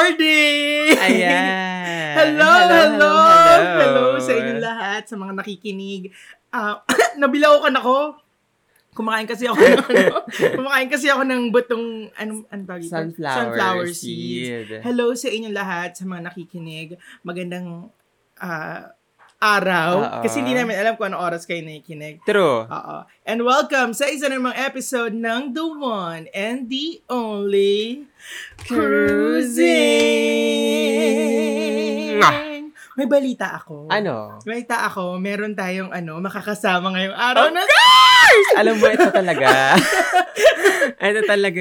Recording! Ayan. Hello, hello, hello, hello. sa inyo lahat, sa mga nakikinig. Ah, nabilaw ka na ko. Kumain kasi ako ng ano, Kumain kasi ako ng butong anong anong tawag dito? Sunflower, Sunflower seeds. seed. Hello sa inyo lahat, sa mga nakikinig. Magandang ah, araw. Oo. Kasi hindi namin alam kung ano oras kayo nakikinig. True. Oo. And welcome sa isa namang episode ng The One and The Only Cruising! Ah. May balita ako. Ano? May balita ako, meron tayong ano, makakasama ngayong araw na. Alam mo, ito talaga. ito talaga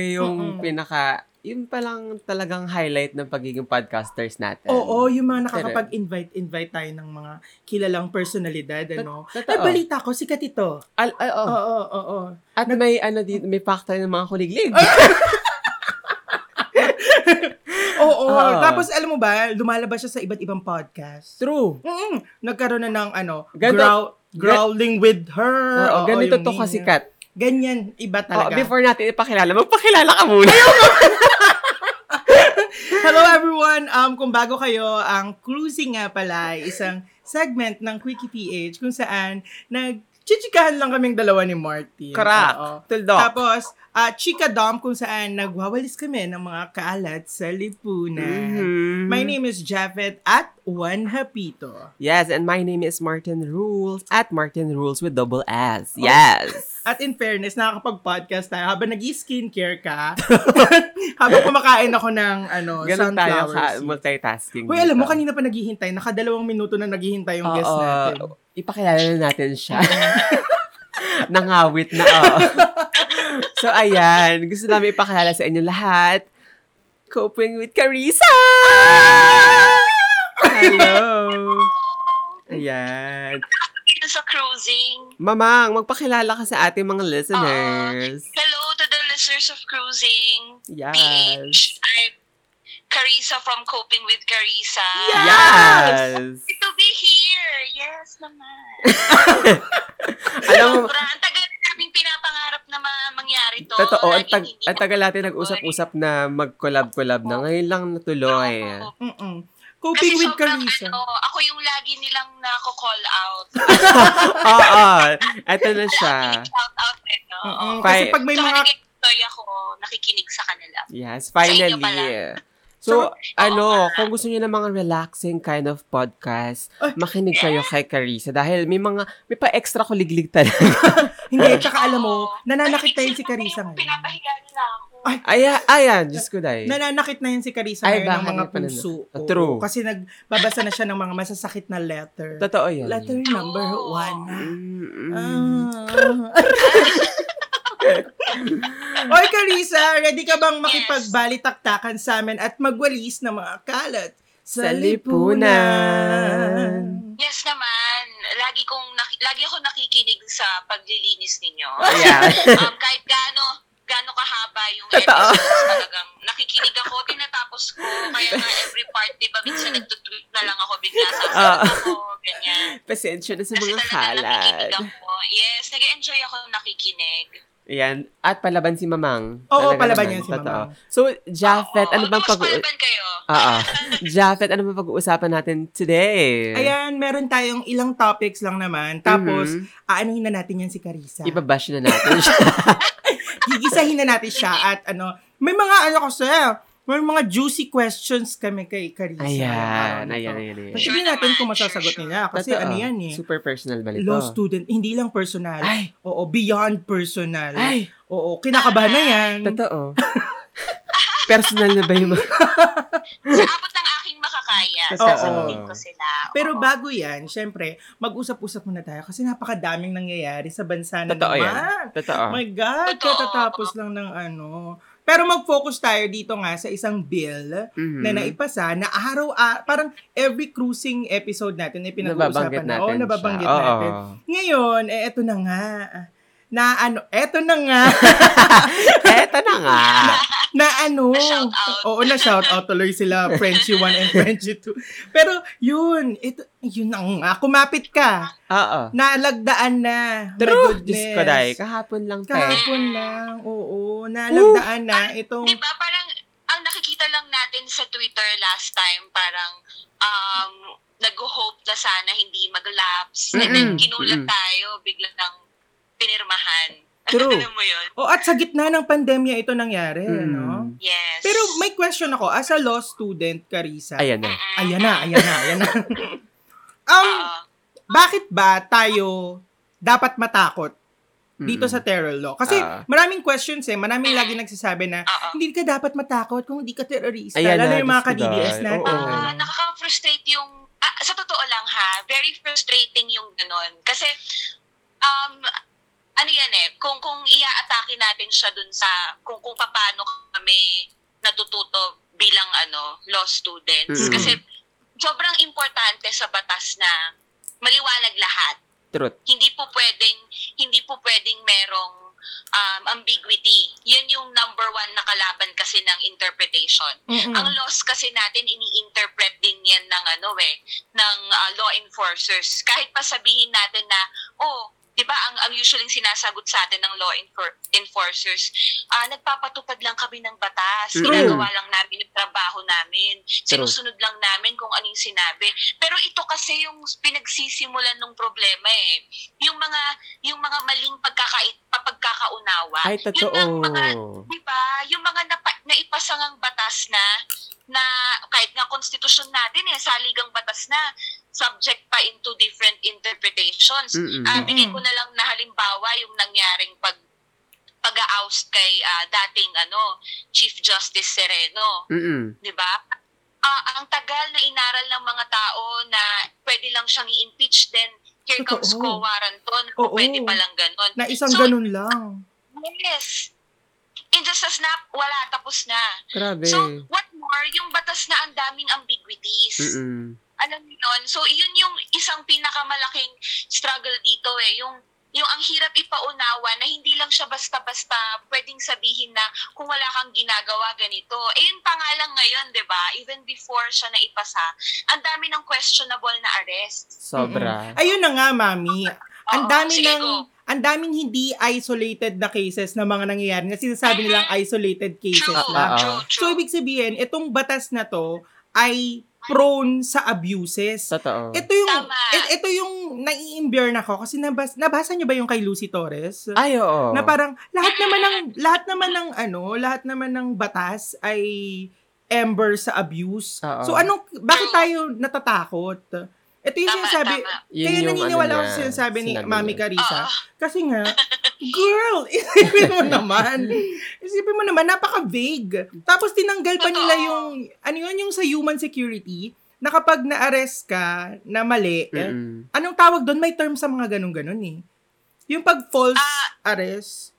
Mm-mm. yung pinaka, yun palang talagang highlight ng pagiging podcasters natin. Oo, yung mga nakakapag-invite-invite tayo ng mga kilalang personalidad, ano. May Totoo. balita ako, sikat ito. Al- ay, Oo, oh. oo, oo. At may ano dito, may pack tayo ng mga kuliglig. Ah! Oo, Oo. tapos alam mo ba, lumalabas siya sa iba't ibang podcast. True. Mm-mm. Nagkaroon na ng ano, Ganito- growl- growling with her. Oo, Ah, Oo, ganito yung to name kasi niya. Kat. Ganyan, iba Oo, talaga. before natin ipakilala, magpakilala ka muna. Hello everyone! Um, kung bago kayo, ang cruising nga pala ay isang segment ng Quickie PH kung saan nagchichikahan lang kaming dalawa ni Martin. Correct. Oo. Tuldok. Tapos, ah, Chika Dom kung saan nagwawalis kami ng mga kaalat sa lipunan. Mhm. My name is Jafet at Juan Hapito. Yes, and my name is Martin Rules at Martin Rules with double S. Yes. At in fairness, nakakapag-podcast tayo habang nag-skincare ka, habang kumakain ako ng ano, Ganun tayo sunflower ka seeds. multitasking. Uy, alam mo, dito. kanina pa naghihintay. Nakadalawang minuto na naghihintay yung Oo, guest natin. Ipakilala na natin siya. Nangawit na. oo. so, ayan. Gusto namin ipakilala sa inyo lahat. Coping with Carissa! Ah! Hello! Ayan. dito sa cruising. Mamang, magpakilala ka sa ating mga listeners. Ah. Hello to the listeners of cruising. Yes. PH, I'm Carissa from Coping with Carissa. Yeah. Yes! Good to be here. Yes naman. Alam mo, Sobra, ang tagal namin pinapangarap na ma- mangyari to. totoo, ang, Laging tag, hindi ang tagal natin nag-usap-usap na mag-collab-collab na. Ngayon lang natuloy. Oo. Mm-mm. Kasi Coping with sobrang Carissa. ano, ako yung lagi nilang nako-call out. Oo, eto na siya. Shout out eh, no? Mm-mm. Fine. Kasi pag may mga... nag-enjoy ako, nakikinig sa kanila. Yes, Sa inyo pala. finally. So, So, ano, kung gusto niyo ng mga relaxing kind of podcast, Ay. makinig kayo kay Carissa dahil may mga, may pa-extra kuliglig talaga. Hindi, tsaka alam mo, nananakit na yun si Nakikinig Carissa sila ngayon, ngayon. Pinapahiga nila ako. Ay, Ayan, ayan, Diyos ko dahil. Nananakit na yun si Carissa ngayon Ay, ng bakit mga may panana- puso. Ah, Oo, true. Kasi nagbabasa na siya ng mga masasakit na letter. Totoo yun. Letter number one. Mm-mm. Ah. Mm. Oy, Carissa, ready ka bang makipagbalitaktakan sa amin at magwalis ng mga kalat Sa sa lipunan? lipunan? Yes naman. Lagi kong nak- lagi ako nakikinig sa paglilinis ninyo. Ayan. um, kahit gaano gaano kahaba yung Totoo. episodes talagang nakikinig ako, tinatapos ko. Kaya nga every part, di ba, minsan nagtutweet na lang ako, bigla sa Ah. ako, ganyan. Pasensya na sa Kasi mga talaga kalat. nakikinig ako. Yes, nag-enjoy ako nakikinig. Ayan. At palaban si Mamang. Oo, Talaga palaban naman. yan si Totoo. Mamang. So, Japheth, Oo. ano bang Although, pag... palaban kayo. Oo. Japheth, ano bang pag-uusapan natin today? Ayan, meron tayong ilang topics lang naman. Tapos, Mhm. aanuhin na natin yan si Carissa. Ibabash na natin siya. Gigisahin na natin siya at ano, may mga ano kasi, may mga juicy questions kami kay Carissa. ayan, Yung araw na ayan, to. ayan, ayan. Sure Tingnan natin naman, kung masasagot sure, sure. nila. Kasi Totoo. ano yan eh. Super personal ba ito? Law student, hindi lang personal. Ay, Oo, beyond personal. ay, Oo, kinakabahan na yan. totoo. personal na ba yung mga... Sa abot ng aking makakaya, Totoo. sasagutin ko sila. Pero Oo. bago yan, syempre, mag-usap-usap muna tayo kasi napakadaming nangyayari sa bansa na Totoo naman. yan. Ah. Totoo. My God, Totoo. katatapos lang ng ano. Pero mag-focus tayo dito nga sa isang bill Mhm. na naipasa na araw a parang every cruising episode natin ay pinag-uusapan Nababanggit na. natin Oo, siya. nababanggit Oo. natin. Ngayon, eh, eto na nga. Na ano, eto na nga. Eto na nga. na ano. Na shout out. Oo, na shout out tuloy sila, Frenchie 1 and Frenchie 2. Pero yun, ito, yun na nga, kumapit ka. Oo. Nalagdaan na. My True. goodness. Diyos ko, dahil. Kahapon lang, te. Kahapon lang, oo. Nalagdaan na itong, Di ba, parang ang nakikita pinakita lang natin sa Twitter last time, parang um, nag-hope na sana hindi mag-lapse. And then Mm-mm. kinulat Mm-mm. tayo, bigla nang pinirmahan. True. Alam mo yun? O at sa gitna ng pandemya ito nangyari, Mm. eh, no? Yes. Pero may question ako, as a law student, Carissa. Ayan na. Mm-mm. Ayan na, ayan na, ayan na. um, Oo. bakit ba tayo dapat matakot dito Mm-mm. sa terror law? Kasi Ah. maraming questions eh. Maraming lagi nagsasabi na Oo. hindi ka dapat matakot kung hindi ka terrorista. Ayan Lalo na, yung mga Diyos ko ka-DDS dahil. natin. Oo. Ah, nakaka-frustrate yung ah, sa totoo lang ha, very frustrating yung ganun kasi um ano yan eh, kung kung iaatake natin siya dun sa kung kung paano kami natututo bilang ano, law students Mm-mm. kasi sobrang importante sa batas na maliwanag lahat. Truth. Hindi po pwedeng hindi po pwedeng merong um, ambiguity. Yan yung number one na kalaban kasi ng interpretation. Mm-mm. Mm-hmm. Ang laws kasi natin ini-interpret din 'yan ng ano eh, ng ah, law enforcers. Kahit pa sabihin natin na oh, 'di ba ang ang usually sinasagot sa atin ng law enfor- enforcers, ah nagpapatupad lang kami ng batas. True. Ginagawa lang namin 'yung trabaho namin. Mm-hmm. True. Sinusunod lang namin kung anong sinabi. Pero ito kasi 'yung pinagsisimulan ng problema eh. 'Yung mga 'yung mga maling pagkakait pagkakaunawa. Ay, Yun totoo. ang mga Di ba? Yung mga napa, naipasangang batas na na kahit nga konstitusyon natin eh, saligang batas na subject pa into different interpretations. Mm-mm. Ah, bigay ko na lang na halimbawa yung nangyaring pag pag-oust kay ah, dating ano Chief Justice Sereno, Mm-mm. 'di ba? Ah, ang tagal na inaral ng mga tao na pwede lang siyang i-impeach then here comes Totoo. Ko Warranton, Oo. pwede palang ganun. Na isang So, ganun lang. Yes. In just a snap, wala, tapos na. Grabe. So, what more, yung batas na ang daming ambiguities. Mm-mm. Alam mo yun? So, yun yung isang pinakamalaking struggle dito eh. Yung, yung ang hirap ipaunawa na hindi lang siya basta-basta pwedeng sabihin na kung wala kang ginagawa ganito. Eh, yun pa nga lang ngayon, di ba? Even before siya naipasa, ang dami ng questionable na arrests. Sobra. Ayun na nga, mami. Ang Oo, dami Oh, sige, ng go. ang daming hindi isolated na cases na mga nangyayari na sinasabi nilang isolated cases Mm-hmm. True, lang. Ah, true, ah. true. So, ibig sabihin, itong batas na to ay prone sa abuses. Totoo. Ito yung, Tama. et- ito yung nai-imbier na ko kasi nabas, nabasa niyo ba yung kay Lucy Torres? Ay, oo. Na parang lahat naman ng lahat naman ng ano, lahat naman ng batas ay ember sa abuse. Oo. So anong bakit tayo natatakot? Ito yung Tama, sinasabi, tama. Yun kaya yung naniniwala ano ako niya, sa sinasabi ni sinabi Mami niya. Carissa. Oo. Kasi nga, girl, isipin mo naman. Isipin mo naman, napaka-vague. Tapos tinanggal pa Totoo. nila yung, ano yun, yung sa human security, na kapag na-arrest ka na mali, eh, Mm-mm. anong tawag doon? May term sa mga ganun-ganun eh. Yung pag false Ah. arrest.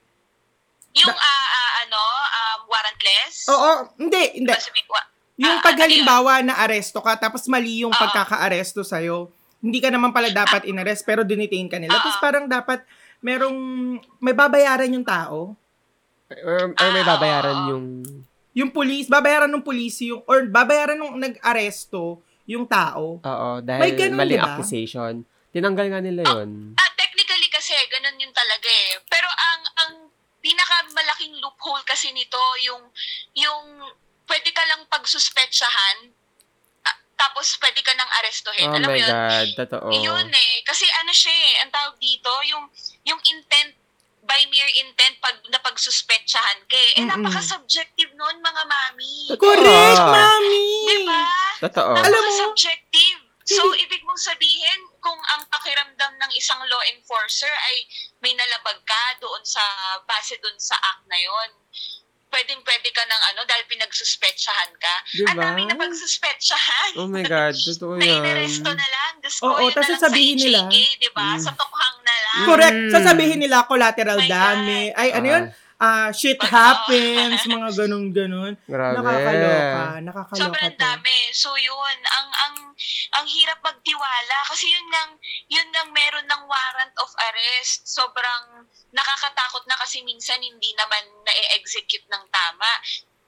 Yung, ah, ah, ano, um, warrantless? Oo, hindi, hindi. Kasi may- wa- Yung Ah, pag ano yun? halimbawa na aresto ka, tapos mali yung Oo. Ah. pagkaka-aresto sa'yo, hindi ka naman pala dapat inarrest, pero dinitain ka nila. Oo. Tapos parang dapat merong, may babayaran yung tao. Or, or may Ah, babayaran oo. yung... Yung police, babayaran ng police yung, or babayaran ng nag-aresto yung tao. Oo, May dahil ganun, di maling ba? accusation. Tinanggal nga nila yun. Ah, technically kasi ganun yun talaga eh. Pero ang ang pinakamalaking loophole kasi nito yung yung pwede ka lang pagsuspetsahan ah, tapos pwede ka nang arestuhin. Oh Alam mo my yun? God, totoo. Yun eh. Kasi ano siya eh, ang tawag dito, yung, yung intent, by mere intent, pag, na pagsuspetsahan ka eh. Eh, Mm-mm. napaka-subjective nun, mga mami. Diba? Totoo. Correct, Ah. mami! Di ba? Totoo. Alam Alam mo- mo, subjective. So, ibig mong sabihin, kung ang pakiramdam ng isang law enforcer ay may nalabag ka doon sa, base doon sa act na yon pwedeng pwede ka ng ano, dahil pinagsuspetsahan ka. Diba? Ang daming na pagsuspetsahan. Oh my God, totoo Ah, na yan. inaresto na lang. Diyos ko, Oo, yun na tas lang sasabihin sa nila. HJK, di ba? Mm. Sa tokhang na lang. Correct. Correct, Mm. sasabihin nila collateral My God. damage. Ay, ano Ah, yun? Ah, shit Totoo. happens, mga ganun-ganun. Grabe. Nakakaloka, nakakaloka. Sobrang to. dami. So yun, ang ang ang hirap magtiwala kasi yun ngang yun ngang meron ng warrant of arrest. Sobrang nakakatakot na kasi minsan hindi naman na-execute ng tama.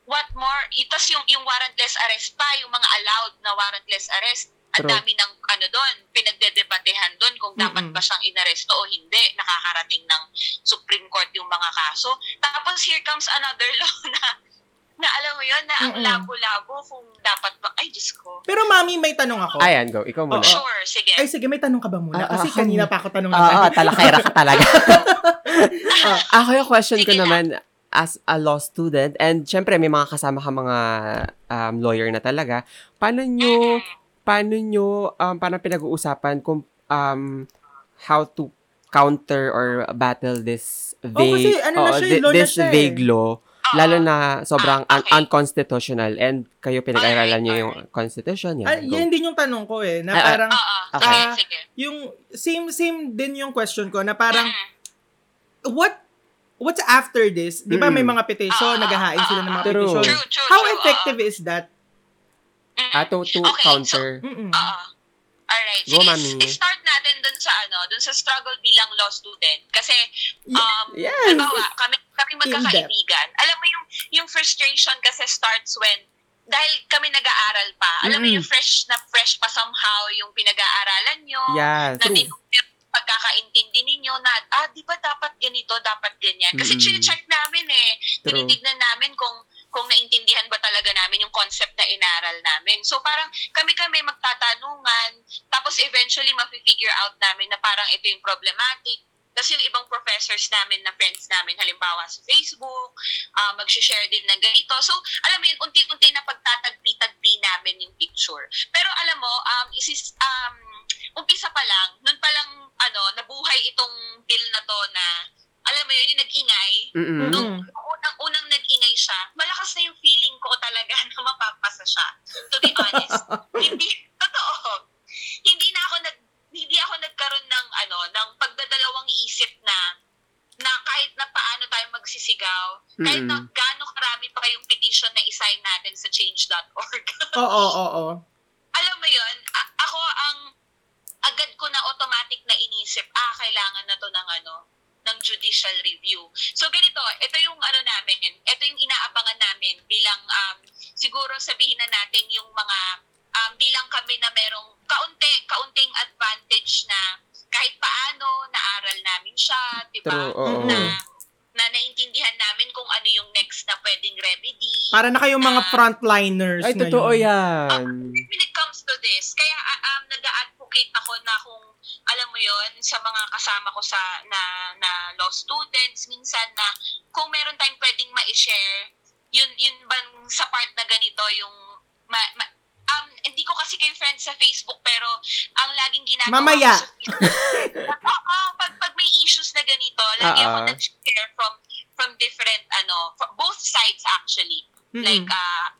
What more, itas yung yung warrantless arrest pa, yung mga allowed na warrantless arrest. Ang True. dami ng ano doon, pinagdedebatehan doon kung dapat Mm-mm. ba siyang inaresto o hindi. Nakakarating ng Supreme Court yung mga kaso. Tapos here comes another law na na alam mo yun, na ang Mm-mm. labo-labo kung dapat ba, ay Diyos ko. Pero mami, may tanong ako. Ay, Ayan, go. Ikaw muna. Oo. Sure, sige. sige, may tanong ka ba muna? Ah, Kasi ah, kanina pa ako tanong Oo, na. talakera ka talaga. Oo, Ah, ako yung question ko Sige na. naman as a law student and syempre may mga kasama ka mga um, lawyer na talaga. Paano nyo, paano nyo, um, paano pinag-uusapan kung um, how to counter or battle this vague, kasi ano na oo, siya, thi- law na this siya eh. vague law, Oo. lalo na sobrang Ah, okay. un- unconstitutional and kayo pinag-aralan nyo yung constitution. Yan, Ah, go. yan din yung tanong ko eh, na Ah, ah. parang Oo, Okay. sige, sige. yung same same din yung question ko na Ah, parang Mm. what what's after this? 'Di ba may mga petisyon, Ah, naghahain sila ng mga Hmm. True. petisyon. True, true, How true, Ah, effective is that? oo. Mm. Ah, to, to Okay, so- counter. Mm-mm. Oo. Alright. Go, Sige, Mami. s- start natin dun sa ano, dun sa struggle bilang law student. Kasi, um, Yes. halimbawa, kami, kami magkakaibigan. Alam mo yung, yung frustration kasi starts when, dahil kami nag-aaral pa, alam mo Mm-mm. yung fresh na fresh pa somehow yung pinag-aaralan nyo, Yes. na tinutupir pagkakaintindi ninyo na, ah, di ba dapat ganito, dapat ganyan. Kasi Mm-mm. chine-check namin eh. Mm. True. Tinitignan namin kung kung naintindihan ba talaga namin yung concept na inaral namin. So parang kami-kami magtatanungan, tapos eventually mafi-figure out namin na parang ito yung problematic. Tapos yung ibang professors namin na friends namin, halimbawa sa Facebook, uh, mag-share din ng ganito. So, alam mo yun, unti-unti na pagtatagpi-tagpi namin yung picture. Pero alam mo, um, isis, um, umpisa pa lang, nun pa lang, ano, nabuhay itong bill na to na, alam mo yun, yung nag-ingay. Mm-mm. Mm-mm. Nung unang-unang nag-ingay siya, malakas na yung feeling ko talaga na mapapasa siya. To be honest. hindi, totoo. Hindi na ako nag, hindi ako nagkaroon ng, ano, ng pagdadalawang isip na, na kahit na paano tayo magsisigaw, kahit na Mm-mm. gano'ng karami pa yung petition na isign natin sa change.org. Oo, oo, oo. alam mo yun, a- ako ang agad ko na automatic na inisip, ah, kailangan na to ng ano, ng judicial review. So ganito, ito yung ano namin, ito yung inaabangan namin bilang um, siguro sabihin na natin yung mga um, bilang kami na merong kaunti, kaunting advantage na kahit paano naaral namin siya, 'di ba? True, oo. Na na naintindihan namin kung ano yung next na pwedeng remedy. Para na kayong Ah. mga frontliners Ay, totoo ngayon. yan. when it comes to this, kaya ah, um, nag-advocate ako na kung, alam mo yon sa mga kasama ko sa na, na law students, minsan na kung meron tayong pwedeng ma-share, yun, yun bang sa part na ganito, yung, ma- ma- um, hindi ko kasi kayo friends sa Facebook, pero ang laging ginagawa Mamaya. ko sa Facebook, Oo, pag, pag may issues na ganito, lagi ako Ah, ah. nag-share from, from different, ano, from both sides actually. Mm-mm. Like, ah,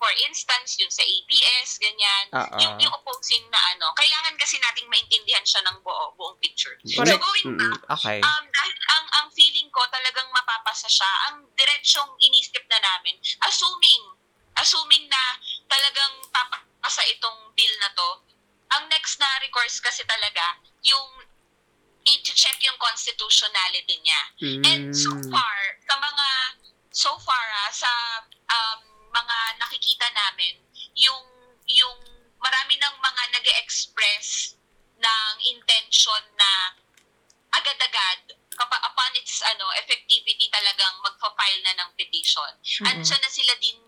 for instance, yung sa ABS, ganyan. Ah, Yung, ah. yung opposing na ano. Kailangan kasi nating maintindihan siya ng buo, buong picture. Correct. So, going Mm-mm. back, Okay. um, dahil ang, ang feeling ko talagang mapapasa siya, ang diretsyong inisip na namin, assuming, assuming na talagang papasa itong bill na to, ang next na recourse kasi talaga, yung i-check yung constitutionality niya. And so Mm. far, sa mga, so far ah, sa um, mga nakikita namin, yung, yung marami ng mga nag express ng intention na agad-agad kapag upon its ano effectivity talagang magpa-file na ng petition. Mm-mm. Andiyan na sila din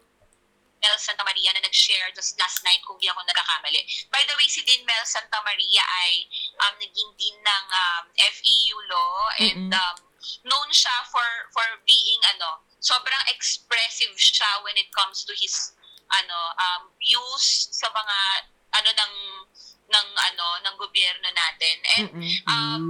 Mel Santa Maria na nag-share just last night kung di ako nagkakamali. By the way, si Dean Mel Santa Maria ay um, naging dean ng um, FEU law and Mm-mm. um, known siya for for being ano, sobrang expressive siya when it comes to his ano um, views sa mga ano ng ng ano ng gobyerno natin. And Mm-mm. um,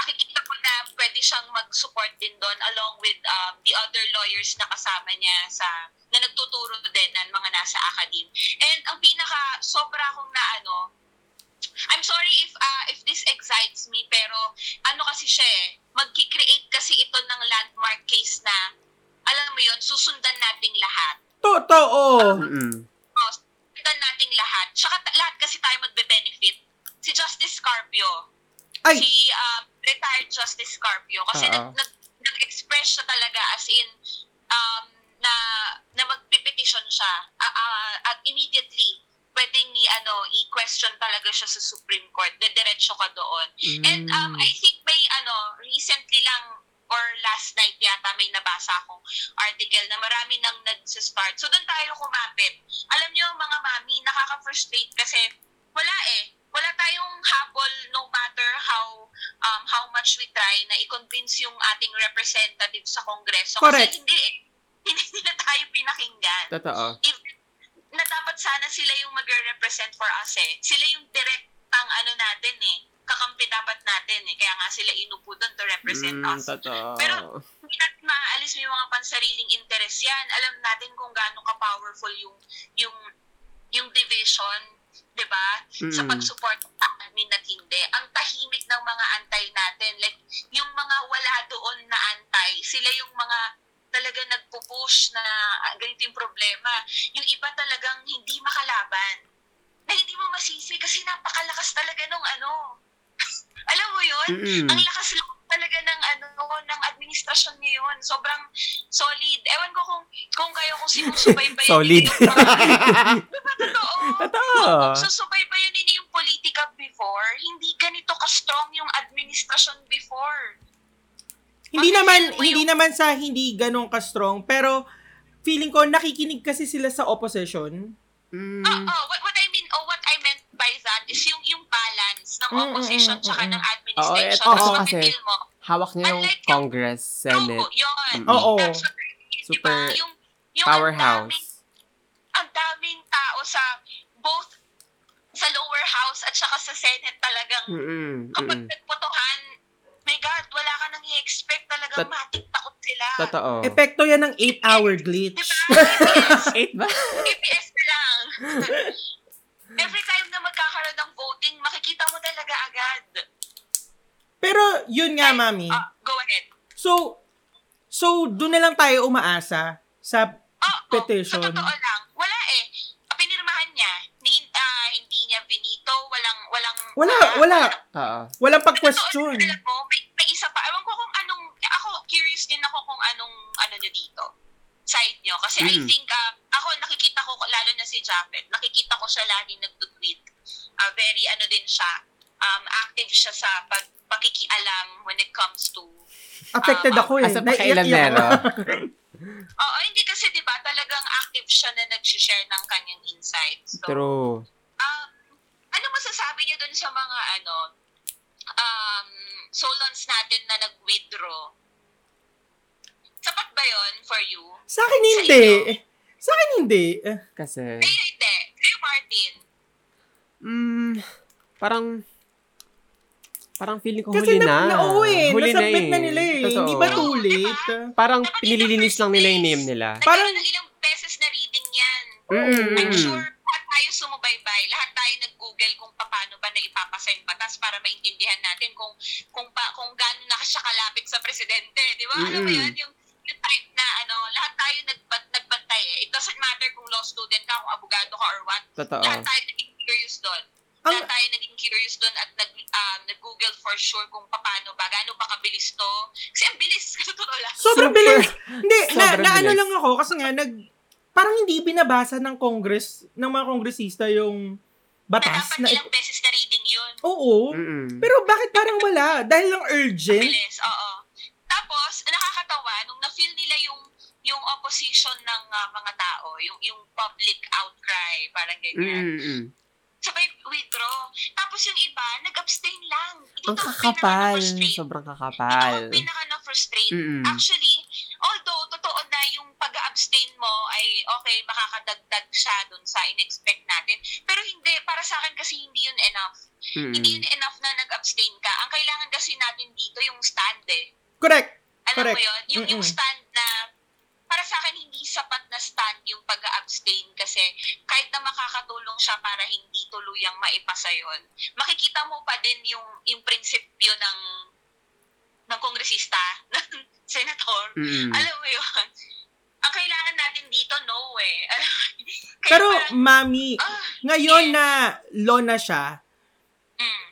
nakikita ko na pwede siyang mag-support din doon along with um, the other lawyers na kasama niya sa na nagtuturo din ng mga nasa academe. And ang pinaka sobra akong na ano, I'm sorry if ah, if this excites me pero ano kasi siya eh, magki-create kasi ito ng landmark case na alam mo yon susundan nating lahat. Totoo. Mm-mm. Tapos, Susundan nating lahat. Tsaka ta- lahat kasi tayo magbe-benefit. Si Justice Carpio, Ay, si um, retired Justice Carpio kasi Oo. nag, nag, nag-express siya talaga as in um, na na magpipetition siya Ah, ah, at immediately pwedeng i ano i-question talaga siya sa um, Supreme Court. Dediretso ka doon. And um, I think may ano recently lang or last night yata may nabasa akong article na marami nang nagsistart. So doon tayo kumapit. Alam niyo mga mami, nakaka-frustrate kasi wala eh. Wala tayong habol no matter how um, how much we try na i-convince yung ating representative sa Kongreso. Correct. Kasi hindi eh. Hindi nila tayo pinakinggan Totoo. if, na dapat sana sila yung magre-represent for us eh. Sila yung direct ang ano natin eh. Kakampi dapat natin eh. Kaya nga sila inupo doon to represent Mm, us. totoo. Pero- Hindi natin maaalis yung mga pansariling interes yan. Alam natin kung gaano ka-powerful yung yung yung division 'di ba? Mm. Sa pag-support sa amin at hindi. Ang tahimik ng mga antay natin, like yung mga wala doon na antay, sila yung mga talaga nagpo-push na ah, ganito yung problema. Yung iba talagang hindi makalaban. Na hindi mo masisi kasi napakalakas talaga nung ano. Alam mo yun? Mm-mm. Ang lakas lang talaga ng ano ng administrasyon ngayon. Sobrang solid. Ewan ko kung kung kayo kung sinusubaybayan Solid. ninyo yung mga- Diba, totoo? Totoo. So, subaybayan ninyo yung politika before. Hindi ganito ka-strong yung administrasyon before. Hindi Bakit naman yun mo hindi yung- naman sa hindi ganong ka-strong pero feeling ko nakikinig kasi sila sa opposition. Mm. Oh, oh, what, what I mean, oh, what I meant by that is yung yung balance ng Mm, mm, opposition mm, tsaka mm, ng administration. Oo, Mas oo, kasi mapipil mo. Hawak niya yung Unlike yung- Congress, True, Senate, yun. Mm. Oo. That's what I mean, Super diba? Yung, yung ang daming- powerhouse. ang daming tao sa both sa lower house at saka sa senate talagang Mm-mm. kapag Mm-mm. nagpotohan, my God, wala ka nang i-expect talagang Tot- matik takot sila. Totoo. Epekto yan ng 8-hour Diba? glitch. PPS, Eight ba? PPS na lang. Every time na magkakaroon ng voting, makikita mo talaga agad. Pero yun nga, mami. Ah, go ahead. So, so doon na lang tayo umaasa sa Oo, Petition. Oh, Sa totoo lang, wala eh. Pinirmahan niya. Ni, ah, hindi niya binito. Walang, walang... wala, ah, wala, Oo. walang Totoo, pag-question. alam mo, may, may isa pa. Ewan ko kung anong, ako curious din ako kung anong, ano nyo dito side nyo. Kasi I Mm. think, ah, ako nakikita ko, lalo na si Japet, nakikita ko siya lagi nagtutweet. Ah, very ano din siya, um, active siya sa pag, pakikialam when it comes to Affected Ah, ako eh. Asa pa kailan Naiiyak ako. meron? Oo, hindi kasi 'di ba talagang active siya na nag-share ng kanyang insights. So, True. um, ano masasabi niyo dun sa mga ano um solons natin na nag-withdraw? Sapat ba 'yon for you? Sa akin hindi. Sa akin hindi. Eh, Kasi, Kayo hindi. Kayo Martin. mm, parang, parang feeling ko Kasi huli na. na, na, oo eh. Huli na Nasubmit eh. na, nila eh. Totoo. Hindi ba Oo, too diba? late? Parang Dapat yun pinililinis yung lang nila yung name first place. nila. Parang- Nagkaroon ng ilang beses na reading yan. Mm. I'm sure lahat tayo sumubaybay, lahat tayo nag-google kung paano ba na ipapasend batas para maintindihan natin kung kung pa, kung gaano na siya kalapit sa presidente, di ba? Alam mo Mm-mm. yun, yung, yung type na ano, lahat tayo nagbat, nagbantay eh. It doesn't matter kung law student ka, kung abogado ka or what. Totoo. Lahat tayo naging curious doon. Ang- Lahat tayo naging curious doon at nag, um, nag-google for sure kung paano ba, gaano ba kabilis to. Kasi ang bilis, totoo lang. Sobrang Super. bilis. Hindi, na, Sobrang na ano bilis. lang ako kasi nga nag parang hindi binabasa ng Congress ng mga kongresista yung Na batas dapat na ilang beses na reading yun. Oo. Mm-mm. Pero bakit parang wala? Dahil lang urgent? Bilis, oo. Tapos, nakakatawa, nung na-feel nila yung yung opposition ng ah, mga tao, yung yung public outcry, parang ganyan. Mm-mm. Sabay withdraw. Tapos yung iba, nag-abstain lang. Ito Ang ang kakapal. pinaka-na-frustrate. Sobrang Ito kakapal. ang pinaka-na-frustrate. Mm-mm. Actually, although totoo na yung pag-abstain mo ay okay, makakadagdag siya dun sa in-expect natin. Pero hindi, para sa akin kasi hindi yun enough. Hindi Mm-mm. yun enough na nag-abstain ka. Ang kailangan kasi natin dito yung stand eh. Correct. Alam Correct. mo yun? Yung, yung Mm-mm. stand na, para sa akin, hindi sapat na stand yung pag-abstain kasi kahit na makakatulong siya para hindi tuluyang maipasa yun, makikita mo pa din yung, yung prinsipyo ng ng kongresista, ng senator. Mm-mm. Alam mo yun? Ang kailangan natin dito, no eh. Alam mo yun? Kaya Pero mm, parang, mami, ah, ngayon yes. na law na siya, mm,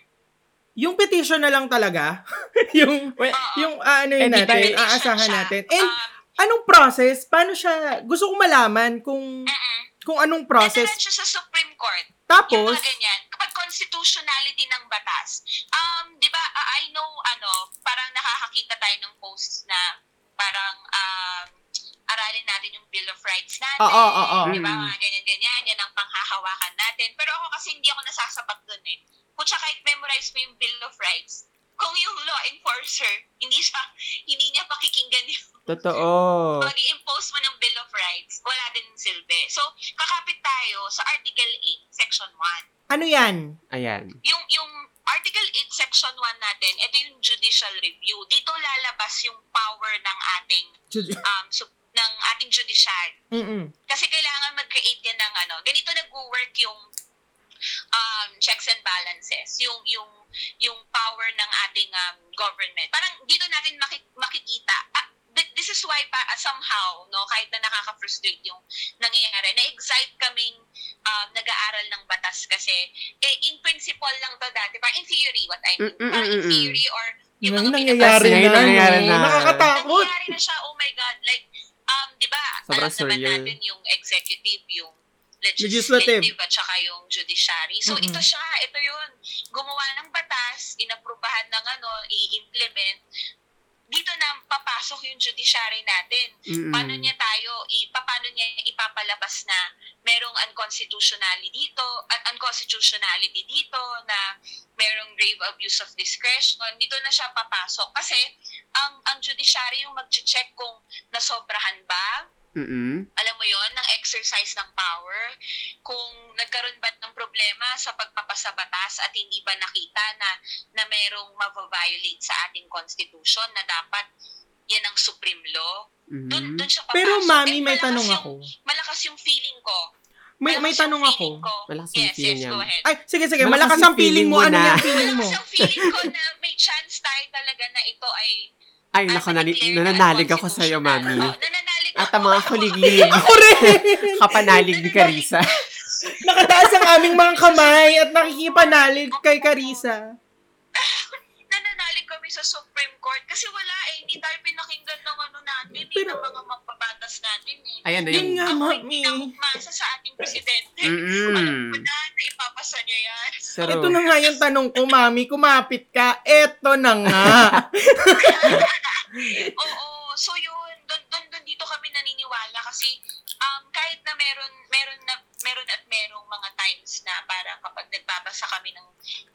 yung petition na lang talaga, yung Well, oo. yung ah, ano yun And natin, depende- aasahan Siya. natin. And Um, anong process? Paano siya? Gusto kong malaman kung mm-mm. kung anong process. Dadalan siya sa Supreme Court. Yung Tapos mga ganyan. Kapag constitutionality ng batas. Um, 'di ba? ah, I know ano, parang nakakakita tayo ng posts na parang um aralin natin yung Bill of Rights natin. Oo, oo, oo. Di ba? Mm. Mga ganyan-ganyan. Yan ang panghahawakan natin. Pero ako kasi hindi ako nasasapat dun eh. Kung siya kahit memorize mo yung Bill of Rights, kung yung law enforcer, hindi siya, hindi niya pakikinggan yung Totoo. Oh. pag i-impose mo ng Bill of Rights, wala din silbi. So, kakapit tayo sa Article 8, Section 1. Ano yan? Ayan. Yung, yung Article 8, Section 1 natin, ito yung judicial review. Dito lalabas yung power ng ating Jud- um, sup- ng ating judiciary. Mm-mm. Kasi kailangan mag-create yan ng ano. Ganito nag-work yung um, checks and balances, yung yung yung power ng ating um, government. Parang dito natin maki- makikita. Ah, th- this is why pa ah, somehow, no, kahit na nakaka-frustrate yung nangyayari, na-excite kaming um, nag-aaral ng batas kasi eh, in principle lang to dati. Parang in theory, what I mean. Mm-mm, Parang in mm-mm. theory or yung Ngayon mga Ano eh, nangyayari na. Ngayon ano? nangyayari no? na. Nakakatakot. nangyayari na siya, oh my God, like, um, di ba, alam Sobrang naman surreal. natin yung executive, yung legislative, Legislative. at saka yung judiciary. So, Mm-mm. ito siya, ito yun. Gumawa ng batas, inaprubahan ng ano, i-implement. Dito na papasok yung judiciary natin. Mm-mm. Paano niya tayo, i, paano niya ipapalabas na merong unconstitutionality dito, at unconstitutionality dito, na merong grave abuse of discretion, dito na siya papasok. Kasi ang, ang judiciary yung mag-check kung nasobrahan ba, Mm-mm. alam mo yon ng exercise ng power, kung nagkaroon ba ng problema sa pagpapasa batas at hindi ba nakita na, na merong mabaviolate sa ating constitution na dapat yan ang supreme law. Mm-mm. Doon, doon siya papasok. Pero mami, And may malakas tanong yung- ako. Malakas yung feeling ko. May, Malakas may yung tanong feeling ako. ko. Malakas yung Yes, yes, feeling go niya. ahead. Ay, sige, sige. Malakas Malakas yung ang feeling feeling mo. mo Ano na. yung feeling mo? Malakas yung feeling ko na may chance tayo talaga na ito ay ah, Ay, nako, nani- nananalig ako sa'yo, mami. Oh, nananalig At ako. ang mga kuliglig. Ako rin! Kapanalig ni Carissa. Nakataas ang aming mga kamay at nakikipanalig kay Carissa. nananalig kami sa Supreme Court kasi wala eh, hindi tayo pinakinggan ng ano natin eh, Pero- ng mga magpapatas natin eh. Ayan na Yun yun. nga, Ako, mami. hindi na umasa sa ating presidente. Alam Mm-mm. ko na na ipapasa niya yan. Sarap. Ito na nga yung tanong ko, mami. Kumapit ka. Ito na nga. Oo, so yun, dun, dun, dun dito kami naniniwala kasi um, kahit na meron, meron na meron at merong mga times na parang kapag nagbabasa kami ng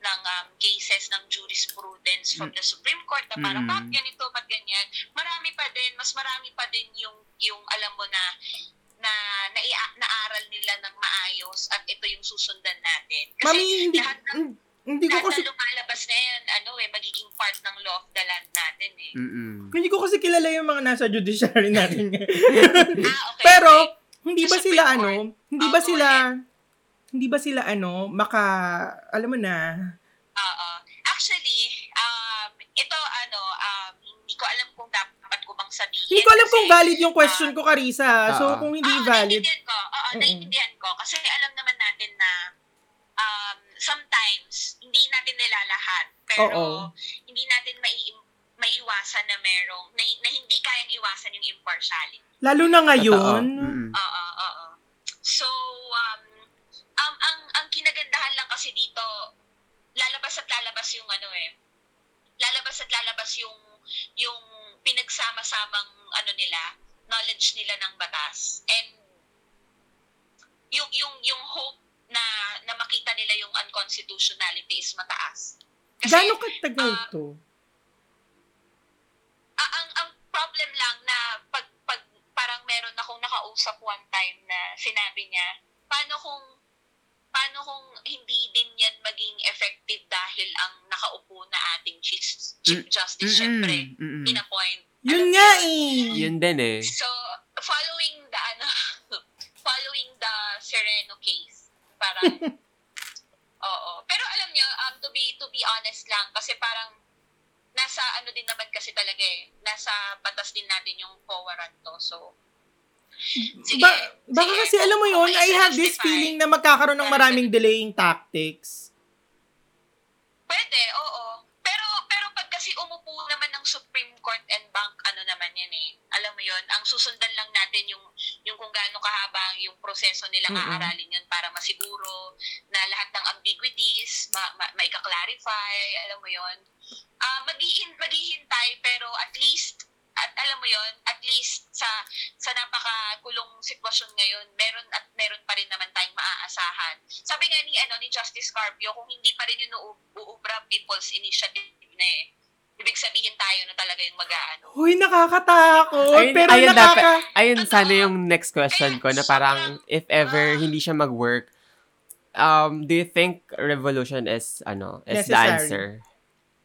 ng um, cases ng jurisprudence from the Supreme Court na parang Mm. bakit ganito, bakit ganyan, marami pa din, mas marami pa din yung yung alam mo na na naia- naaral nila ng maayos at ito yung susundan natin. mami, hindi, lahat ng- hindi ko lahat kasi na lumalabas na yan, ano eh, magiging part ng law of the land natin eh. Mm. Mm-mm. hindi ko kasi kilala yung mga nasa judiciary natin ngayon. Ah, okay, okay. Pero hindi ba Sa sila Supreme ano? Hindi Oo, ba sila hindi ba sila ano maka alam mo na Oo. Actually, um, ito ano, um, hindi ko alam kung dapat ko bang sabihin. hindi ko alam kung kasi- ah, valid yung question ko Carissa. So Oo. kung hindi Oo, valid, Naiintindihan ko. Oo, Mm-mm. naiintindihan ko. Kasi alam naman natin na um, sometimes, hindi natin nilalahat. Pero Oo. hindi natin mai maiwasan na merong, na, na hindi kayang iwasan yung impartiality. lalo na Totoo. Mm. ngayon. Mm-mm. Oo, oo. So, um, um, ang, ang kinagandahan lang kasi dito, lalabas at lalabas yung ano eh, lalabas at lalabas yung, yung pinagsama-samang ano nila, knowledge nila ng batas. And yung, yung, yung hope na, na makita nila yung unconstitutionality is mataas. Kasi, Gaano katagal ah, to? Ah, ang ang problem lang na pag pag parang meron akong nakausap one time na sinabi niya, paano kung paano kung hindi din yan maging effective dahil ang nakaupo na ating chief, chief Mm. Mm-mm. justice eh, syempre Mm-mm. in-appoint. Yun nga eh. Yun din eh. So, following the ano, following the Sereno case, parang Oo. Pero alam niyo, um to be to be honest lang kasi parang nasa ano din naman kasi talaga eh, nasa batas din natin yung pawaran to. So sige, Hmm. Ba- baka sige. kasi alam mo yun, Okay, I so have this justify. feeling na magkakaroon ng maraming delaying tactics. Pwede, oo. Pero pero pag kasi umupo naman ng Supreme Court and Bank ano naman yan eh, alam mo yon ang susundan lang natin yung yung kung gaano kahaba yung proseso nilang Mm-mm. aaralin yun para masiguro na lahat ng ambiguities ma, ma, maika-clarify, alam mo yon ah maghihin, maghihintay pero at least at alam mo yon at least sa sa napakakulong sitwasyon ngayon meron at meron pa rin naman tayong maaasahan sabi nga ni ano ni Justice Carpio kung hindi pa rin yung uu- uubra people's initiative na eh ibig sabihin tayo na talaga yung mag-aano Hoy, nakakatakot. Ayun, pero ayun nakaka... dapat- Ayun, sana yung next question ko na parang if ever hindi siya mag-work, um, do you think revolution is, ano, is the Necessary. answer?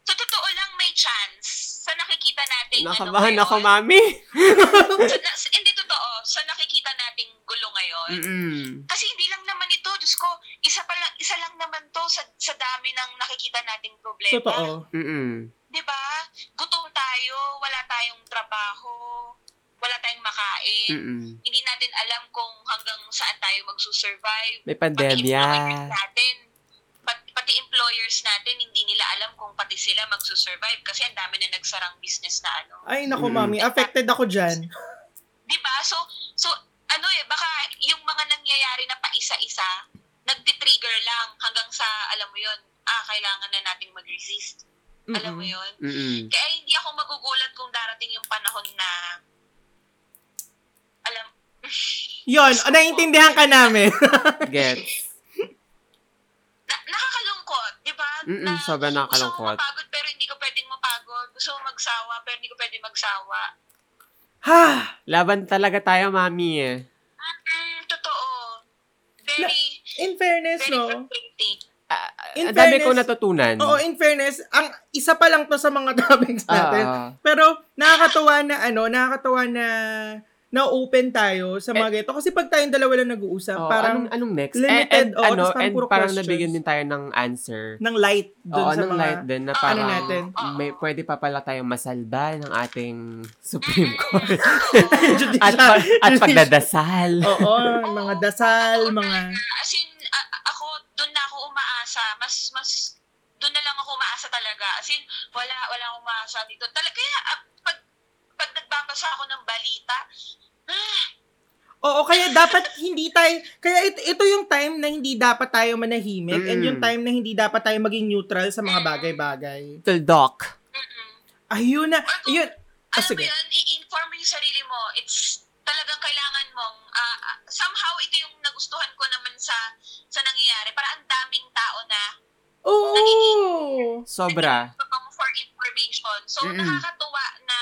So, totoo lang may chance sa nakikita natin Nakabahan ako, ngayon, mami. sa, na, sa- hindi totoo, sa nakikita nating gulo ngayon, Mm-mm. kasi hindi lang naman ito, Diyos ko, isa, pa lang, isa lang naman to sa, sa dami ng nakikita nating problema. Totoo. Mm-mm. Di ba? Gutom tayo, wala tayong trabaho, wala tayong makain. Mm-mm. Hindi natin alam kung hanggang saan tayo magsusurvive. May Pati pandemya. employers natin, pat- pati employers natin, hindi nila alam kung pati sila magsusurvive kasi ang dami na nagsarang business na ano. Ay, nako, Mm. mami. Affected ako dyan. Di ba? So, so ano eh, baka yung mga nangyayari na paisa-isa, nagtitrigger lang hanggang sa, alam mo yon ah, kailangan na nating mag-resist. Alam mo yon Mm-mm. Kaya Eh, hindi ako magugulat kung darating yung panahon na, alam, Yun, o, naiintindihan ka namin. Gets. na, nakakalungkot, di ba? Mm-mm, Na sobrang Gusto mo nakakalungkot. mapagod pero hindi ko pwedeng mapagod. Gusto mo magsawa pero hindi ko pwedeng magsawa. ha? Laban talaga tayo, mami eh. Mm, totoo. Very, In fairness, very no? frustrating. In Ah, Ang dami fairness- kong natutunan. Oo, eh, in fairness, ang isa pa lang to sa mga topics natin. Ano? Ah. Pero nakakatuwa na ano, nakakatuwa na na open tayo sa mga ganito. Kasi pag tayong dalawa lang nag-uusap, Eh, Oo, parang Oh, anong, anong next? limited, and, and, oo, ano, tapos parang and puro parang questions. nabigyan din tayo ng answer. ng light Oo, doon sa ng mga... light Ah, din na ano parang natin? may, pwede pa pala tayong masalba ng ating Supreme Court. Judicial- at, pag, at judicial- pagdadasal. Oo, mga dasal, mga... As in, a- a- ako, doon na ako umaasa. Mas, mas, doon na lang ako umaasa talaga. As in, wala, wala akong umaasa dito. Talaga, kaya, ah, pag, pag nagbabasa ako ng balita, ah, Oo, kaya dapat hindi tayo... Kaya ito, ito yung time na hindi dapat tayo manahimik and Mm. yung time na hindi dapat tayo maging neutral sa mga bagay-bagay. Little doc. mm-mm. Ayun na, yun. Ah, alam sige. mo yun, i-inform mo yung sarili mo. It's talagang kailangan mong, ah, ah, somehow ito yung nagustuhan ko naman sa sa nangyayari. Para ang daming tao na Oo! Sobra. nagpapang for information. So, Mm-mm. nakakatuwa na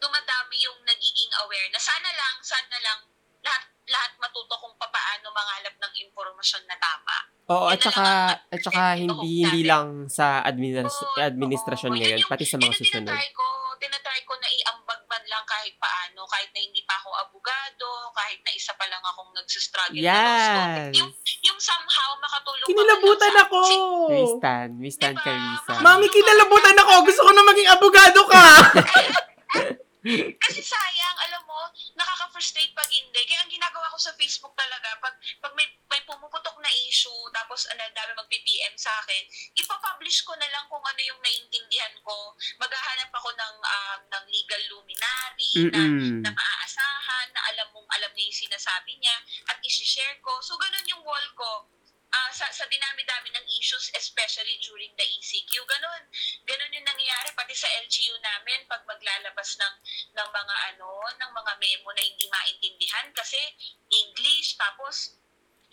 dumadami yung nagiging aware na sana lang, sana lang, lahat lahat matuto kung papaano mangalap ng impormasyon na tama. Oo, at Yun na saka, lang at saka hindi, hindi lang sa administras- Oo, administrasyon oo. Yun ngayon, yung- pati sa Yun mga ang susunod. tinatry ko, tinatry ko na iambag man lang kahit paano, kahit na hindi pa ako abogado, kahit na isa pa lang akong nagsistruggle na law Yes. student. Yung, yung somehow makatulong Kinilabutan ako! We stand. We stand, Diba? Carissa. Mami, kinalabutan ako! Gusto ko na maging abogado ka! Kasi sayang, alam mo, nakaka-frustrate pag hindi. Kaya ang ginagawa ko sa Facebook talaga, pag, pag may, may pumuputok na issue, tapos ano, dami mag-PPM sa akin, ipapublish ko na lang kung ano yung naintindihan ko. Maghahanap ako ng, um, ng legal luminary, na Mm-mm. na maaasahan, na alam mong alam niya yung sinasabi niya, at isi-share ko. So, ganun yung wall ko. Ah, sa, sa dinami-dami ng issues, especially during the ECQ. Ganun. Ganun yung nangyayari pati sa LGU namin pag maglalabas ng, ng mga ano, ng mga memo na hindi maintindihan kasi English, tapos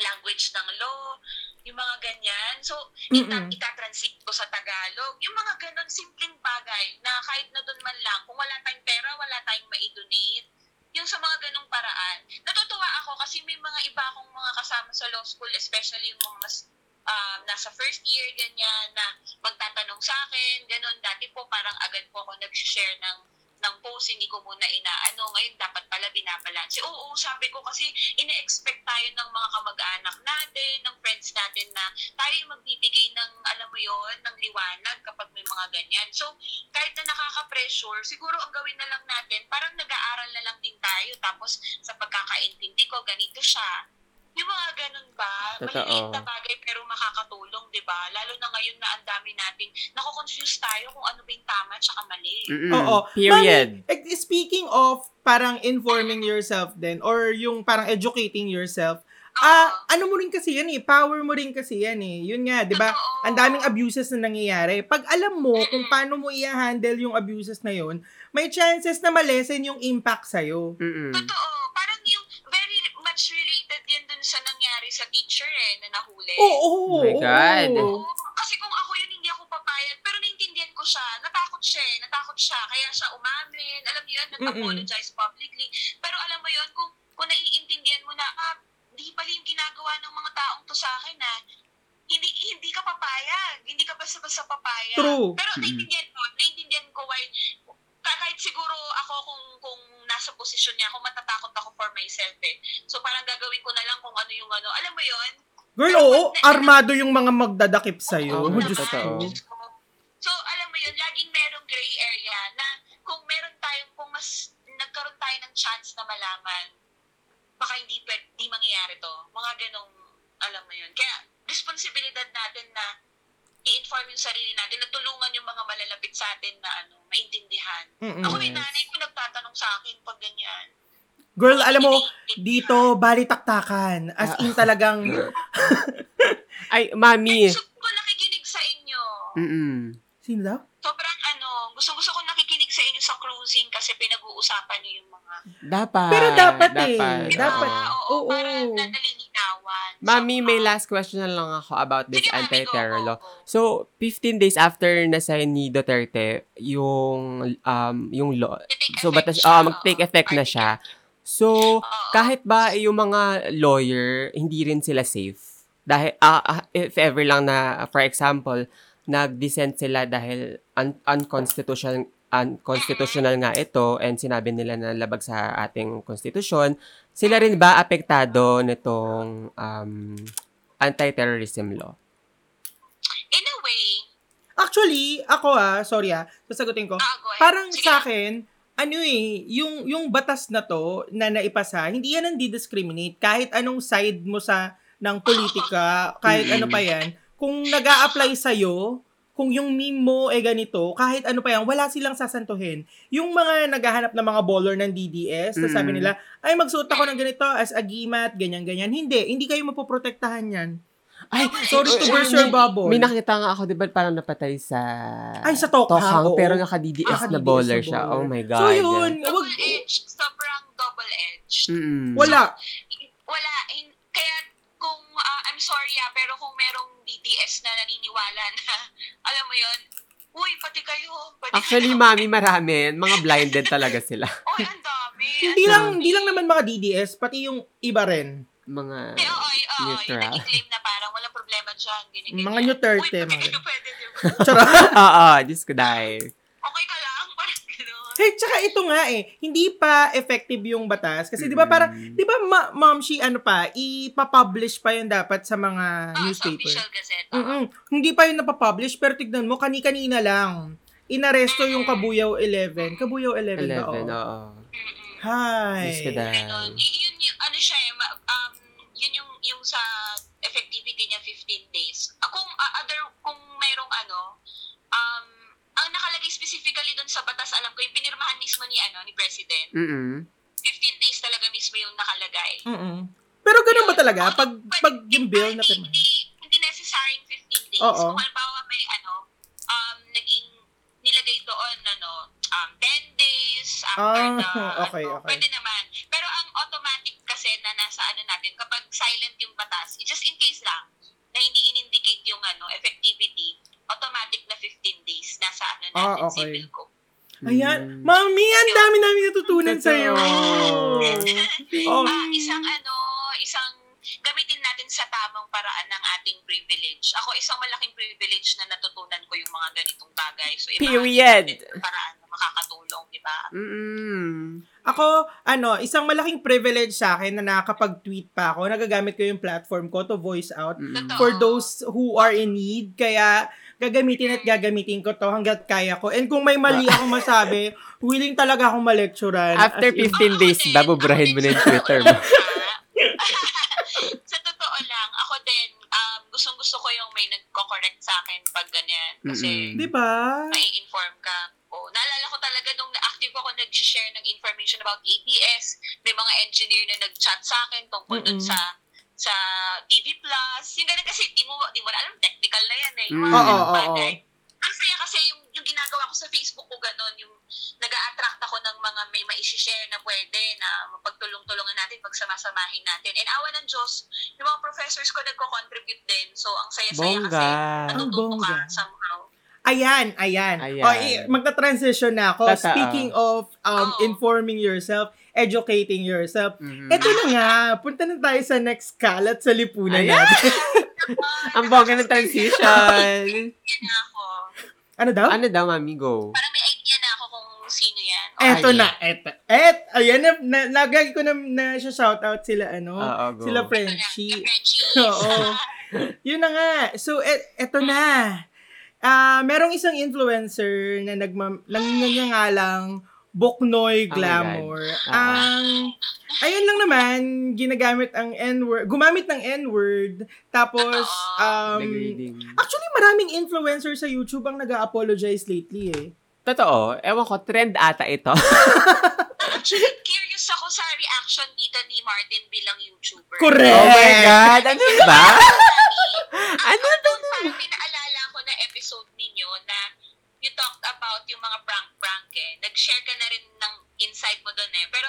language ng law, yung mga ganyan. So, ita- Mm-mm. itatranslate ko sa Tagalog. Yung mga ganun simpleng bagay na kahit na doon man lang, kung wala tayong pera, wala tayong maidonate, yung sa mga ganung paraan. Natutuwa ako kasi may mga iba akong mga kasama sa law school, especially yung mga mas um, nasa first year, ganyan, na magtatanong sa akin, ganun. Dati po parang agad po ako nag-share ng ng post, hindi ko muna inaano, ngayon dapat pala binabalanse. Oo, sabi ko kasi ine-expect tayo ng mga kamag-anak natin, ng friends natin na tayo yung magbibigay ng, alam mo yon ng liwanag kapag may mga ganyan. So, kahit na nakaka-pressure, siguro ang gawin na lang natin, parang nag-aaral na lang din tayo, tapos sa pagkakaintindi ko, ganito siya. Yung mga ganun ba? Totoo. Maliliit na bagay pero makakatulong, di ba? ba? Lalo na ngayon na ang dami natin, nako-confuse tayo kung ano ba yung tama at saka mali. Mm-mm. Oo. Period. Eh, Speaking of parang informing yourself then or yung parang educating yourself, ah ano mo rin kasi yan eh, power mo rin kasi yan eh. Yun nga, 'di ba? Totoo. Ang daming abuses na nangyayari. Pag alam mo kung paano mo i-handle yung abuses na yun, may chances na malesen yung impact sa iyo. Mm-mm. Totoo. Parang yung very much related yan dun sa nangyari sa teacher eh, na nahuli. Oo. Oh my oo. God. Oo, kasi kung ako yun, hindi ako papayag. Pero naintindihan ko siya. Natakot siya eh. Natakot siya. Kaya siya umamin. Alam niyo yun, nag-apologize publicly. Pero alam mo yun, kung, kung naiintindihan mo na, ah, di pala yung ginagawa ng mga taong to sa akin ah. Hindi, hindi ka papayag. Hindi ka basta-basta papayag. True. Pero Mm-mm. naiintindihan mo, naiintindihan ko why ka- kahit siguro ako kung kung nasa posisyon niya ako matatakot ako for myself eh. So parang gagawin ko na lang kung ano yung ano. Alam mo yon Girl, oo, armado yung mga magdadakip sa iyo. Oh, Oo naman. Diyos ko. Totoo. So, alam mo yun, laging merong gray area na kung meron tayong, kung mas nagkaroon tayo ng chance na malaman, baka hindi, pwed- hindi mangyayari to. Mga ganong, alam mo yun. Kaya, responsibilidad natin na i-inform yung sarili natin, na tulungan yung mga malalapit sa atin na ano, maintindihan. Mm-mm. Ako Yes. yung nanay ko nagtatanong sa akin pag ganyan. Girl, alam mo, Hindi- dito, balitaktakan. As in talagang, Ay, mami. So, ko nakikinig sa inyo. Mm-mm. sino daw? Sobrang ano, gusto gusto ko nakikinig sa inyo sa cruising kasi pinag-uusapan niyo yung mga Dapat. Pero dapat eh. Dapat. oo. Ah, oo, oo. para na nalilinawan. Mami, So, may ah, last question na lang ako about this sige, mami, anti-terror go, law. go, go. So, 15 days after na-sign ni Duterte yung um yung law. Mag-take So, effect batas, siya, ah, mag-take oo. effect na Article- siya. So, Oo. kahit ba yung mga lawyer, hindi rin sila safe. Dahil, ah, ah, if ever lang na, for example, nag-dissent sila dahil un- unconstitutional, unconstitutional nga ito and sinabi nila na labag sa ating konstitusyon, sila rin ba apektado nitong um, anti-terrorism law? In a way, Actually, ako ah, sorry ah, sasagutin ko. ah, go ahead. Parang Sige. sa akin, ano eh, yung, yung batas na to na naipasa, hindi yan ang discriminate Kahit anong side mo sa ng politika, kahit ano pa yan, kung nag apply sa'yo, kung yung meme mo eh ganito, kahit ano pa yan, wala silang sasantuhin. Yung mga naghahanap ng mga baller ng DDS, na sabi Mm. nila, ay magsuot ako ng ganito as a gimat, ganyan-ganyan. Hindi, hindi kayo mapoprotektahan yan. Ay, eh, sorry to burst your bubble. May nakita nga ako, di ba, parang napatay sa... Ay, sa Tokhang, oo. pero naka-DDS na Naka-DDS baller na siya. baller. Oh my God. So yun, wag, double-edged, sobrang double-edged. Mm-mm. wala. wala, hin- kaya kung, ah, I'm sorry ah, pero kung merong DDS na naniniwala na, alam mo yun, uy, pati kayo, pati Actually, kayo. mami, marami. Mga blinded talaga sila. Uy, ang dami. Hindi ang lang, dami. hindi lang naman mga DDS, pati yung iba rin. Mga... Eh, oo, eh, oo, Neutral. yung nag-claim na parang walang problema dyan, ganyan, Mga ganyan. Duterte, Uy, mga pati kayo ganun. pwede, di ba? Charot. Oo, Diyos ko dahil. Okay ka lang, parang gano'n. Hey, tsaka ito nga eh, hindi pa effective yung batas. Kasi di Mm-hmm. ba parang, di ba ma- ma'am, she ano pa, ipapublish pa yun dapat sa mga Ah, sa newspaper. official gazette. oo. Mm-mm. Hindi pa yun napapublish, pero tignan mo, kani-kanina lang. Inaresto yung Kabuyaw 11. Kabuyaw 11, ba? 11, Oo. oo. Mm-mm. Hi. Diyos ko Ganon. dahil. Y- yun yung, ano siya eh, ma- um, yun yung, yung sa effectivity niya 15 days. Ah, Kung ah, other, kung merong ano, um, ang nakalagay specifically dun sa batas, alam ko, yung pinirmahan mismo ni, ano, ni President, Mm-mm. 15 days talaga mismo yung nakalagay. Mm-mm. Pero ganun ba talaga? Pag, Pwede- pag yung bill na hindi, pirma. hindi, hindi necessary yung 15 days. Oo. Kung halimbawa may ano, um, naging nilagay doon, ano, um, 10 days after Ah, the, okay, ano, okay. pwede naman. Pero ang automatic kasi na nasa ano natin, kapag silent yung batas, just in case lang, na hindi in-indicate yung ano, effectivity, automatic na 15 days nasa ano natin, Ah, okay. civil code. Hmm. Ayan. Mami, ang dami namin natutunan Totoo. sa'yo. Oh. Ah, isang ano, isang gamitin natin sa tamang paraan ng ating privilege. Ako, isang malaking privilege na natutunan ko yung mga ganitong bagay. So, iba Period. paraan na makakatulong, di ba? Mm-mm. Ako, ano, isang malaking privilege sa akin na nakakapag-tweet pa ako. Nagagamit ko yung platform ko to voice out Mm-mm. Totoo. for those who are in need. Kaya gagamitin at gagamitin ko to hanggat kaya ko. And kung may mali akong masabi, willing talaga akong malekturan. After As in, 15 days, Ako din, babubrahin mo na yung ako din, Twitter mo. sa totoo lang, ha? sa totoo lang, ako din, ah, um, gustong gusto ko yung may nagko-correct sa akin pag ganyan. Kasi Mm-mm. Di ba? may inform ka. O, naalala ko talaga nung na-active ako, nag-share ng information about ABS. May mga engineer na nag-chat sa akin tungkol dun Mm-mm. sa sa TV Plus. Yung ganun kasi, di mo, di mo na alam, technical na yan eh. Yung Mm. mga Oo, ganung oo, oo. bagay. Ang saya kasi yung, yung ginagawa ko sa Facebook ko ganun, yung nag attract ako ng mga may maishishare na pwede na mapagtulong-tulungan natin, pagsamasamahin natin. And awa ng Diyos, yung mga professors ko nagko-contribute din. So, ang saya-saya Bongga. kasi Ang natututo ka bongga. somehow. Ayan, ayan. Ayan. O, i- magta-transition na ako. Totoo. Oh. Speaking of um, Oo. informing yourself, educating yourself. Mhm. Ito na nga, punta na tayo sa next kalat sa lipunan Ayan! natin. Ang bongga ng transition. Yan na ako. ano daw? ano daw, mami? Go. Parang may idea na ako kung sino yan. Eh. Eto Ayan. na, eto. Et, ayan, na, na, lagay ko na, na shout out sila, ano? Oo, Ah, go. sila Ito na, Frenchie. Frenchie. Oo. Yun na nga. So, et, eto na. Ah, merong isang influencer na nagma- nangangalang Boknoy Oh my God. Glamour. Ah. Ang, ayun lang naman, ginagamit ang N-word, gumamit ng N-word, tapos, Ah. um, Degrading. actually maraming influencer sa YouTube ang nag-apologize lately eh. Totoo. Ewan ko, trend ata ito. Actually, curious ako sa reaction dito ni Martin bilang YouTuber. Correct. oh my God! Ano ba? ano ba Parang pinaalala ko na episode ninyo na you talked about yung mga prank-prank eh. Nag-share ka na rin ng insight mo doon eh. Pero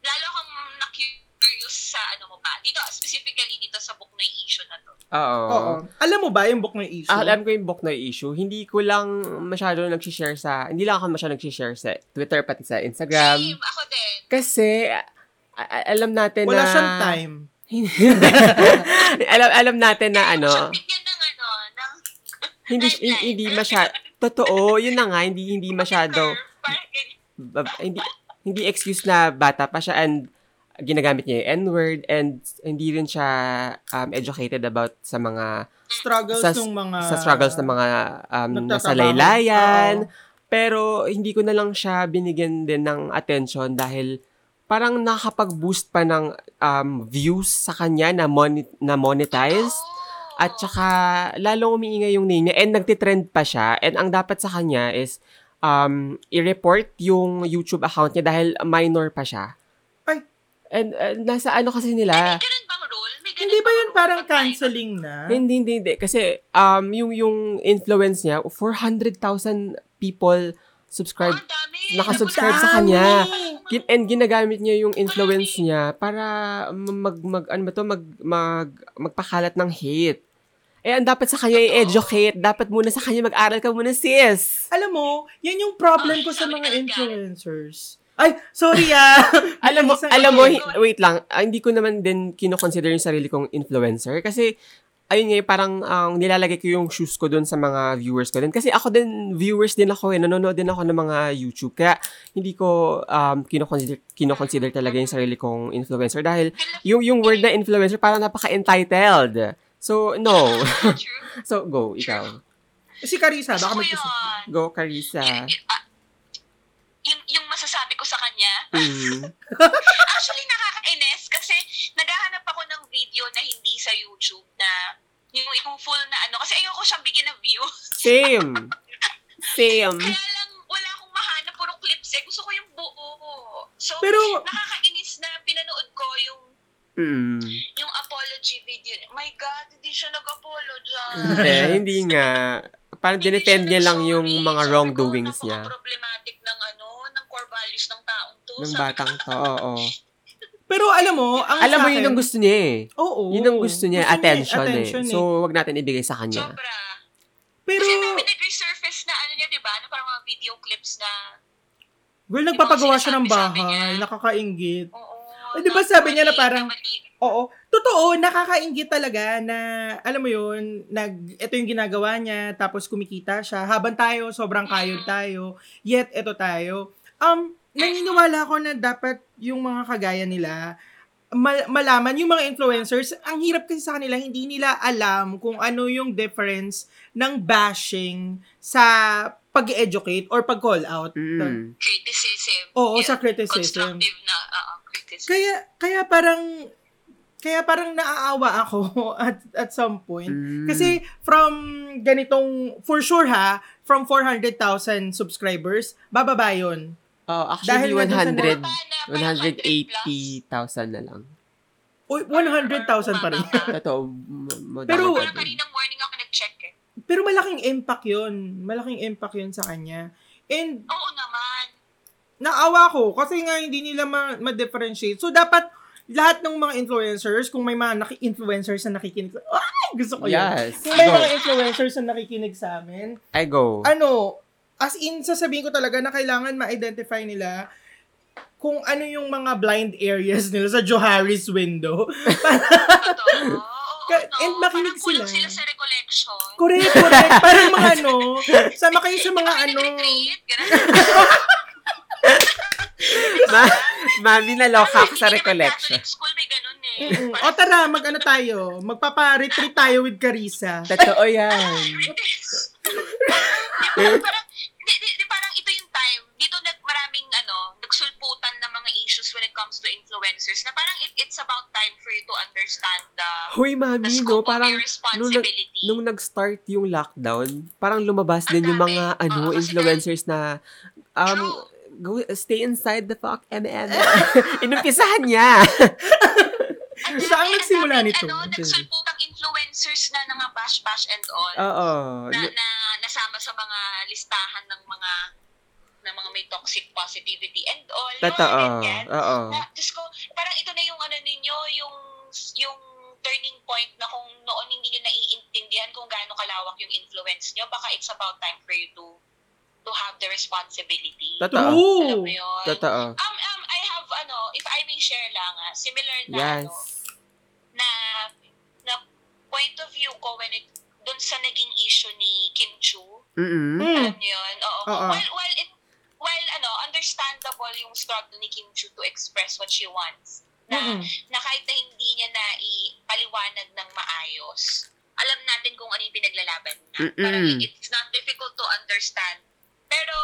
lalo akong na-curious sa ano mo pa. Dito, specifically dito sa book na issue na to. Oo. Oo. Alam mo ba yung Boknoy issue? Ah, alam ko yung Boknoy issue, hindi ko lang masyado nagsishare sa, hindi lang ako masyado nagsishare sa Twitter, pati sa Instagram. Same, ako din. Kasi, a- a- alam natin Wala na... siyang time. alam, alam natin na ano, Siya bigyan ng ano, ng hindi, hi- hindi masyado, totoo, yun na nga, hindi, hindi masyado, curve. Parang ganyan. ba- hindi, hindi excuse na bata pa siya and ginagamit niya yung N-word and hindi rin siya um, educated about sa mga Struggles Sa- ng mga... sa struggles ng mga um, Nagtatrabaho. nasa laylayan. Oo. Pero hindi ko na lang siya binigyan din ng attention dahil parang nakakapag-boost pa ng um, views sa kanya na, moni- na monetize. Oo. Oh. At saka lalong umiingay yung name niya and nagtitrend pa siya. And ang dapat sa kanya is um, i-report yung YouTube account niya dahil minor pa siya. Ay. And uh, nasa ano kasi nila? May ganun bang rule? May ganun Hindi ba bang yun rule? parang Pag- canceling na? Hindi, hindi, hindi. Kasi um, yung, yung influence niya, 400,000 people subscribe. Ah, dami. nakasubscribe sa kanya. Gin- and ginagamit niya yung influence niya para mag, mag, ano ba to, mag, mag, magpakalat ng hate. Eh, ang dapat sa kanya i-educate. Dapat muna sa kanya mag-aral ka muna, sis. Alam mo, yan yung problem ko sa mga influencers. Ay, sorry ah. Alam mo, Isang- ano, alam mo, hi- wait lang. Ah, hindi ko naman din kinoconsider yung sarili kong influencer kasi ayun nga, eh, parang ang nilalagay ko yung shoes ko doon sa mga viewers ko din. Kasi ako din, viewers din ako eh. Nanonood din ako ng mga YouTube. Kaya hindi ko um, kinoconsider, kinoconsider talaga yung sarili kong influencer dahil yung, yung word na influencer parang napaka-entitled. So, no. True. so, go, ikaw. Si Carissa, Gusto baka ko mag yun. Go, Carissa. Y- ah, Yung, yung masasabi ko sa kanya, Mm. actually nakakainis kasi naghahanap ako ng video na hindi sa YouTube na yung, yung full na ano. Kasi ayoko siyang bigyan ng views. Same. Hmm. Same. Kaya lang, wala akong mahanap. Puro clips eh. Gusto ko yung buo. So, Pero- nakakainis na pinanood ko yung Mm. yung apology video. My God, hindi siya Mm. nag-apologize. Hindi, hindi nga. Parang dinefend niya lang yung mga wrongdoings niya. problematic ng ano, ng core values ng taong to. Ng Sabi batang to, ko, oo. Pero alam mo, ang Alam sa mo, akin- yun ang gusto niya eh. Oo. Yun ang gusto niya, attention, attention eh. So, wag natin ibigay sa kanya. Sobra. Pero, Kasi may nag-resurface na ano niya, di ba? Ano parang mga video clips na, girl, nagpapagawa siya ng sinasabi bahay, niya. nakakaingit. oo. Eh, di ba na- sabi niya na maliit parang- maliit. Oo. Totoo, nakakaingit talaga na, alam mo yun, nag, ito yung ginagawa niya, tapos kumikita siya. Habang tayo, sobrang kayod tayo, yet ito tayo. Um, naniniwala ako na dapat yung mga kagaya nila, ma- malaman yung mga influencers, ang hirap kasi sa kanila, hindi nila alam kung ano yung difference ng bashing sa pag-educate or pag-call out. Mm. Criticism. Oo, Yeah. ah, sa criticism. Constructive na, oo, criticism. Kaya kaya parang Kaya parang naaawa ako at at some point. Mm. Kasi from ganitong, for sure ha, from 400,000 subscribers, bababa yun. Oh, Dahil na actually, dun sa 100, Mababa na, parang 180,000 na lang. Uy, 100,000 pa rin. Totoo. m- mo- Pero- dapat Parang kaninang morning ako nag-check eh. Pero malaking impact yun. Malaking impact yun sa kanya. And Oo naman. naawa ko kasi nga hindi nila ma- ma-differentiate. So, dapat lahat ng mga influencers, kung may mga naki-influencers na nakikinig sa... Ay! Gusto ko yun. Yes. Kung may Go. mga influencers na nakikinig sa amin, I go. ano, as in, sasabihin ko talaga na kailangan ma-identify nila kung ano yung mga blind areas nila sa Johari's window. Totoo. Oo, Ka- no? and makinig Parang kulang sila. sila sa recollection. correct, correct. Parang mga ano, sama kayo sa mga ano. Retreat, ganun. Ma- mami na loka ako Hindi sa naman recollection. Catholic school may ganun eh. Mm-mm. Oh, Parang O tara, mag-ano tayo? Magpapa-retreat tayo with Carissa. Totoo yan. Eh. Di- parang, di, di, di, parang ito yung time, dito nag, maraming ano, nagsulputan ng mga issues when it comes to influencers na parang it, it's about time for you to understand the, Hoy, the mami, no? scope Parang of your nung, nag- responsibility. nung nag-start yung lockdown, parang lumabas din yung mga Ang dami. ano Oo, kasi influencers na um True. go, stay inside the fuck MM. Inumpisahan niya. Ang Siya ang dami- nagsimula ang daming, nito. Ano, nagsulputang influencers na nga bash-bash and Ah, all. Oo. na, na nasama sa mga listahan ng mga ng mga may toxic positivity and all. Yung Totoo. mga ganyan. Oo. Na, Diyos ko, parang ito na yung ano ninyo, yung yung turning point na kung noon hindi nyo naiintindihan kung gaano kalawak yung influence nyo, baka it's about time for you to to have the responsibility. Totoo. Alam True! mo yun? Totoo. Um, um, I have, ano, if I may share lang, ah, similar na, Yes. ano, na, na point of view ko when it, dun sa naging issue ni Kim Chu, Mm-mm. Mm. alam niyo yun, oo. Oo. While, while, it, while, ano, understandable yung struggle ni Kim Chu to express what she wants, na, Mm-mm. na kahit na hindi niya na ipaliwanag ng maayos, alam natin kung ano yung pinaglalaban niya. Mm-mm. Parang it- it's not difficult to understand. Pero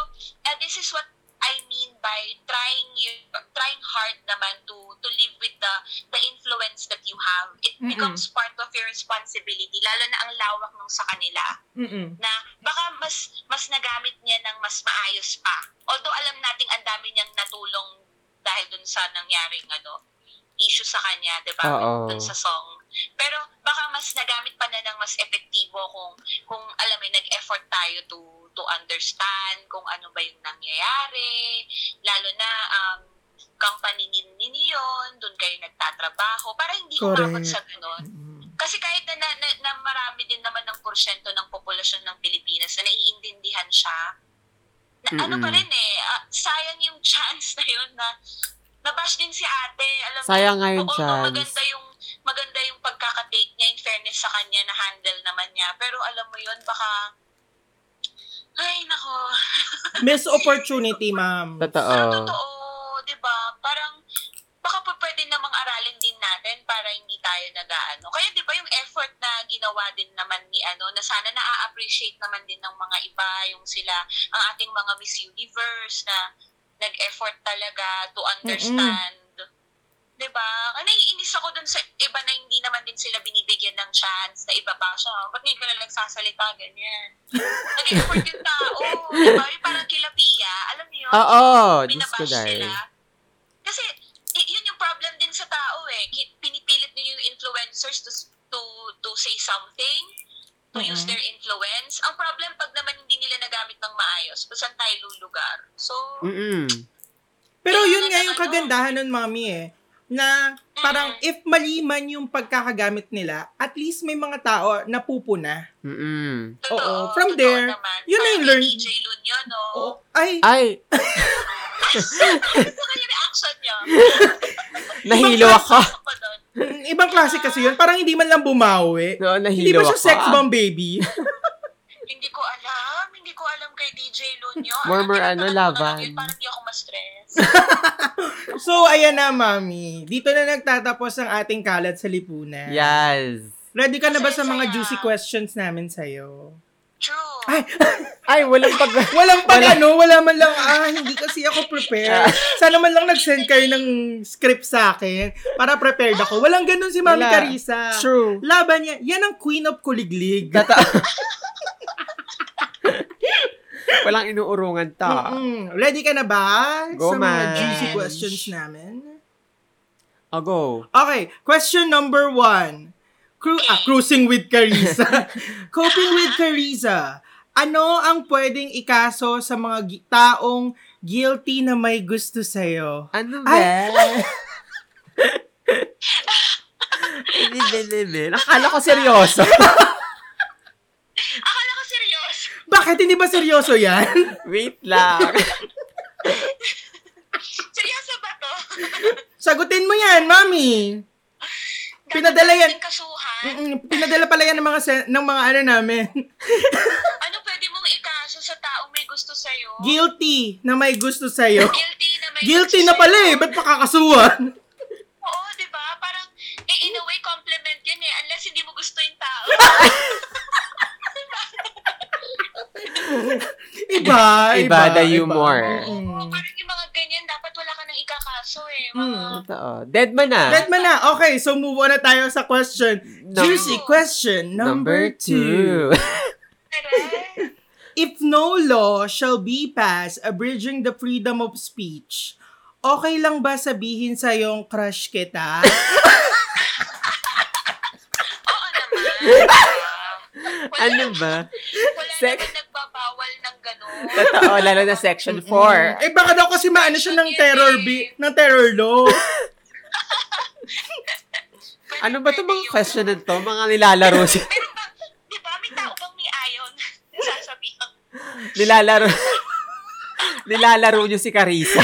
uh, this is what I mean by trying you trying hard naman to to live with the the influence that you have. It Mm-mm. becomes part of your responsibility lalo na ang lawak nung sa kanila Mm-mm. na baka mas mas nagamit niya ng mas maayos pa. Although alam nating ang dami niyang natulong dahil dun sa nangyaring ano issue sa kanya, 'di ba? Oo. Dun sa song. Pero baka mas nagamit pa na ng mas epektibo kung kung alam mo yun, nag-effort tayo to to understand kung ano ba yung nangyayari, lalo na um company nin- ninyo yun, doon kayo nagtatrabaho, para hindi Correct. umabot sa ganun. Mm-mm. Kasi kahit na, na, na, na marami din naman ng porsyento ng populasyon ng Pilipinas na naiintindihan siya, na, ano Mm-mm. pa rin eh, ah, sayang yung chance na yun na nabash din si ate. Alam mo, Sayang nga yung oo, chance. Maganda yung, maganda yung pagkakatake niya in fairness sa kanya na handle naman niya. Pero alam mo yun, baka, ay nako, Miss opportunity, ma'am. pero Totoo. totoo, di ba? Parang, baka pa pwede namang aralin din natin para hindi tayo nag-ano. Kaya di ba yung effort na ginawa din naman ni ano, na sana na-appreciate naman din ng mga iba, yung sila, ang ating mga Miss Universe na nag-effort talaga to understand. Di ba? Ang naiinis ako dun sa iba na hindi naman din sila binibigyan ng chance na iba pa siya. Oh, Ba't ngayon ka na nagsasalita ganyan? Nag-effort yung tao. Di ba? Yung parang kilapiya. Alam niyo? yun? Oo. Oh, Diyos ko binabash dahil. nila. Kasi, i- yun yung problem din sa tao eh. Ki- Pinipilit nyo yung influencers to s- to, to say something, to Mm-mm. use their influence. Ang problem, pag naman hindi nila nagamit ng maayos, kung saan tayo lulugar. So, Mm-mm. Pero yun nga yung kagandahan nun, mami eh. Na parang if mali man yung pagkakagamit nila, at least may mga tao na pupuna. Mm-mm. Mm. totoo. Oo, from totoo there, naman. yun na yung Parang kay learn- DJ Lun yun, no? O, ay, Ay, Gusto ko Ano yung reaction niya. Ano nahilo ako. Gusto ko doon. mm, ibang klase kasi yun. Parang hindi man lang bumawi. No, Hindi nahilo ba ako. ah. siya sex bomb baby? Hindi ko alam. Hindi ko alam kay DJ Lun yun. Warmer, ano, Alam, tinatanong ko na lang laban. yun Parang hindi ako ma-stress. So, ayan na, mami. Dito na nagtatapos ang ating kalat sa lipunan. Yes. Ready ka na ba sa Saya-saya. mga juicy questions namin sa'yo? True. Ay, Ay, walang pag... walang pag Wala. Ah. ano, wala man lang, ah, hindi kasi ako prepared. Sana man lang nag-send kayo ng script sa akin para prepared ako. Walang ganun si Mami Wala. Carissa. True. Laban niya, yan ang queen of kuliglig. Tata... walang inuurungan ta. Mm-mm. Mm, Ready ka na ba? Go, sa mga Ma'am. juicy questions namin. I'll Ah, go. Okay, question number one. Cru- ah, cruising with Carissa. Coping with Carissa. Ano ang pwedeng ikaso sa mga gi- taong guilty na may gusto sa'yo? Ano ba? Ay! Nakala ko seryoso. Akala ko serious. Bakit hindi ba seryoso yan? Wait lang. Seryoso ba to? Sagutin mo yan, mami. Dapat Pinadala yan. natin Kasuhan. Mm-mm, Pinadala pala yan ng mga, sen- ng mga ano namin. Ano pwede mong ikaso sa taong may gusto sa'yo? Guilty na may gusto sa'yo. Guilty na may Guilty gusto na pala sa'yo. eh. Ba't pakakasuhan? Oo, di ba? Parang, eh, in a way, compliment yun eh. Unless hindi mo gusto yung tao. Iba, iba. Iba the humor. Oo, Mm-mm. parang yung mga ganyan, dapat wala ka nang ikakaso eh. Mga, Mm. Totoo. Dead man ah. na. Bet mo na. Okay, so move on na tayo sa question. Num- Juicy question number, two. Aray. If no law shall be passed abridging the freedom of speech, okay lang ba sabihin sa yung crush kita? Oo naman. diba? Wala ano naman- ba? Wala Sec- naman nagbabawal ng gano'n. Totoo, lalo na section 4. eh baka daw kasi maano siya ng terror bi- ng terror law. Pwede- Ano ba itong mga pwede yun. question na to? Mga nilalaro si... eh. Meron ba, di ba, may tao bang may ayon? Sasabihan. nilalaro... nilalaro nyo si Carissa.